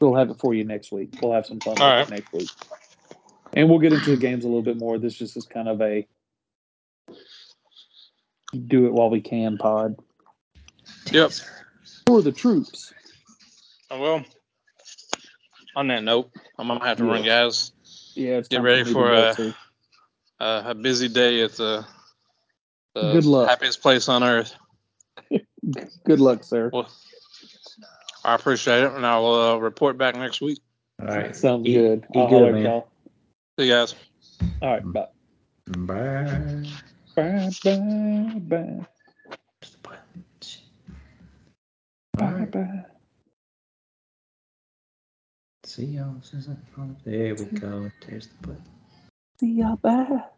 [SPEAKER 1] we'll have it for you next week. We'll have some fun with
[SPEAKER 2] All
[SPEAKER 1] it
[SPEAKER 2] right.
[SPEAKER 1] next week, and we'll get into the games a little bit more. This just is kind of a do it while we can pod
[SPEAKER 2] Yep.
[SPEAKER 1] for the troops.
[SPEAKER 2] Oh, Well, on that note, I'm gonna have to run, guys.
[SPEAKER 1] Yeah, it's
[SPEAKER 2] Get
[SPEAKER 1] time
[SPEAKER 2] ready
[SPEAKER 1] me to
[SPEAKER 2] for,
[SPEAKER 1] go,
[SPEAKER 2] uh,
[SPEAKER 1] too.
[SPEAKER 2] Uh, a busy day at the, the
[SPEAKER 1] Good luck.
[SPEAKER 2] happiest place on earth.
[SPEAKER 1] good luck, sir.
[SPEAKER 2] I appreciate it, and I'll uh, report back next week.
[SPEAKER 3] All right.
[SPEAKER 1] Sounds
[SPEAKER 3] Eat-
[SPEAKER 1] good.
[SPEAKER 3] eat
[SPEAKER 1] I'll
[SPEAKER 3] good,
[SPEAKER 1] holler at
[SPEAKER 3] man.
[SPEAKER 1] y'all.
[SPEAKER 2] See you guys.
[SPEAKER 1] All right, bye.
[SPEAKER 3] Bye.
[SPEAKER 1] Bye, bye, bye,
[SPEAKER 3] All
[SPEAKER 1] bye,
[SPEAKER 3] right.
[SPEAKER 1] bye.
[SPEAKER 3] See y'all. There we go. There's the button.
[SPEAKER 1] See y'all. Bye.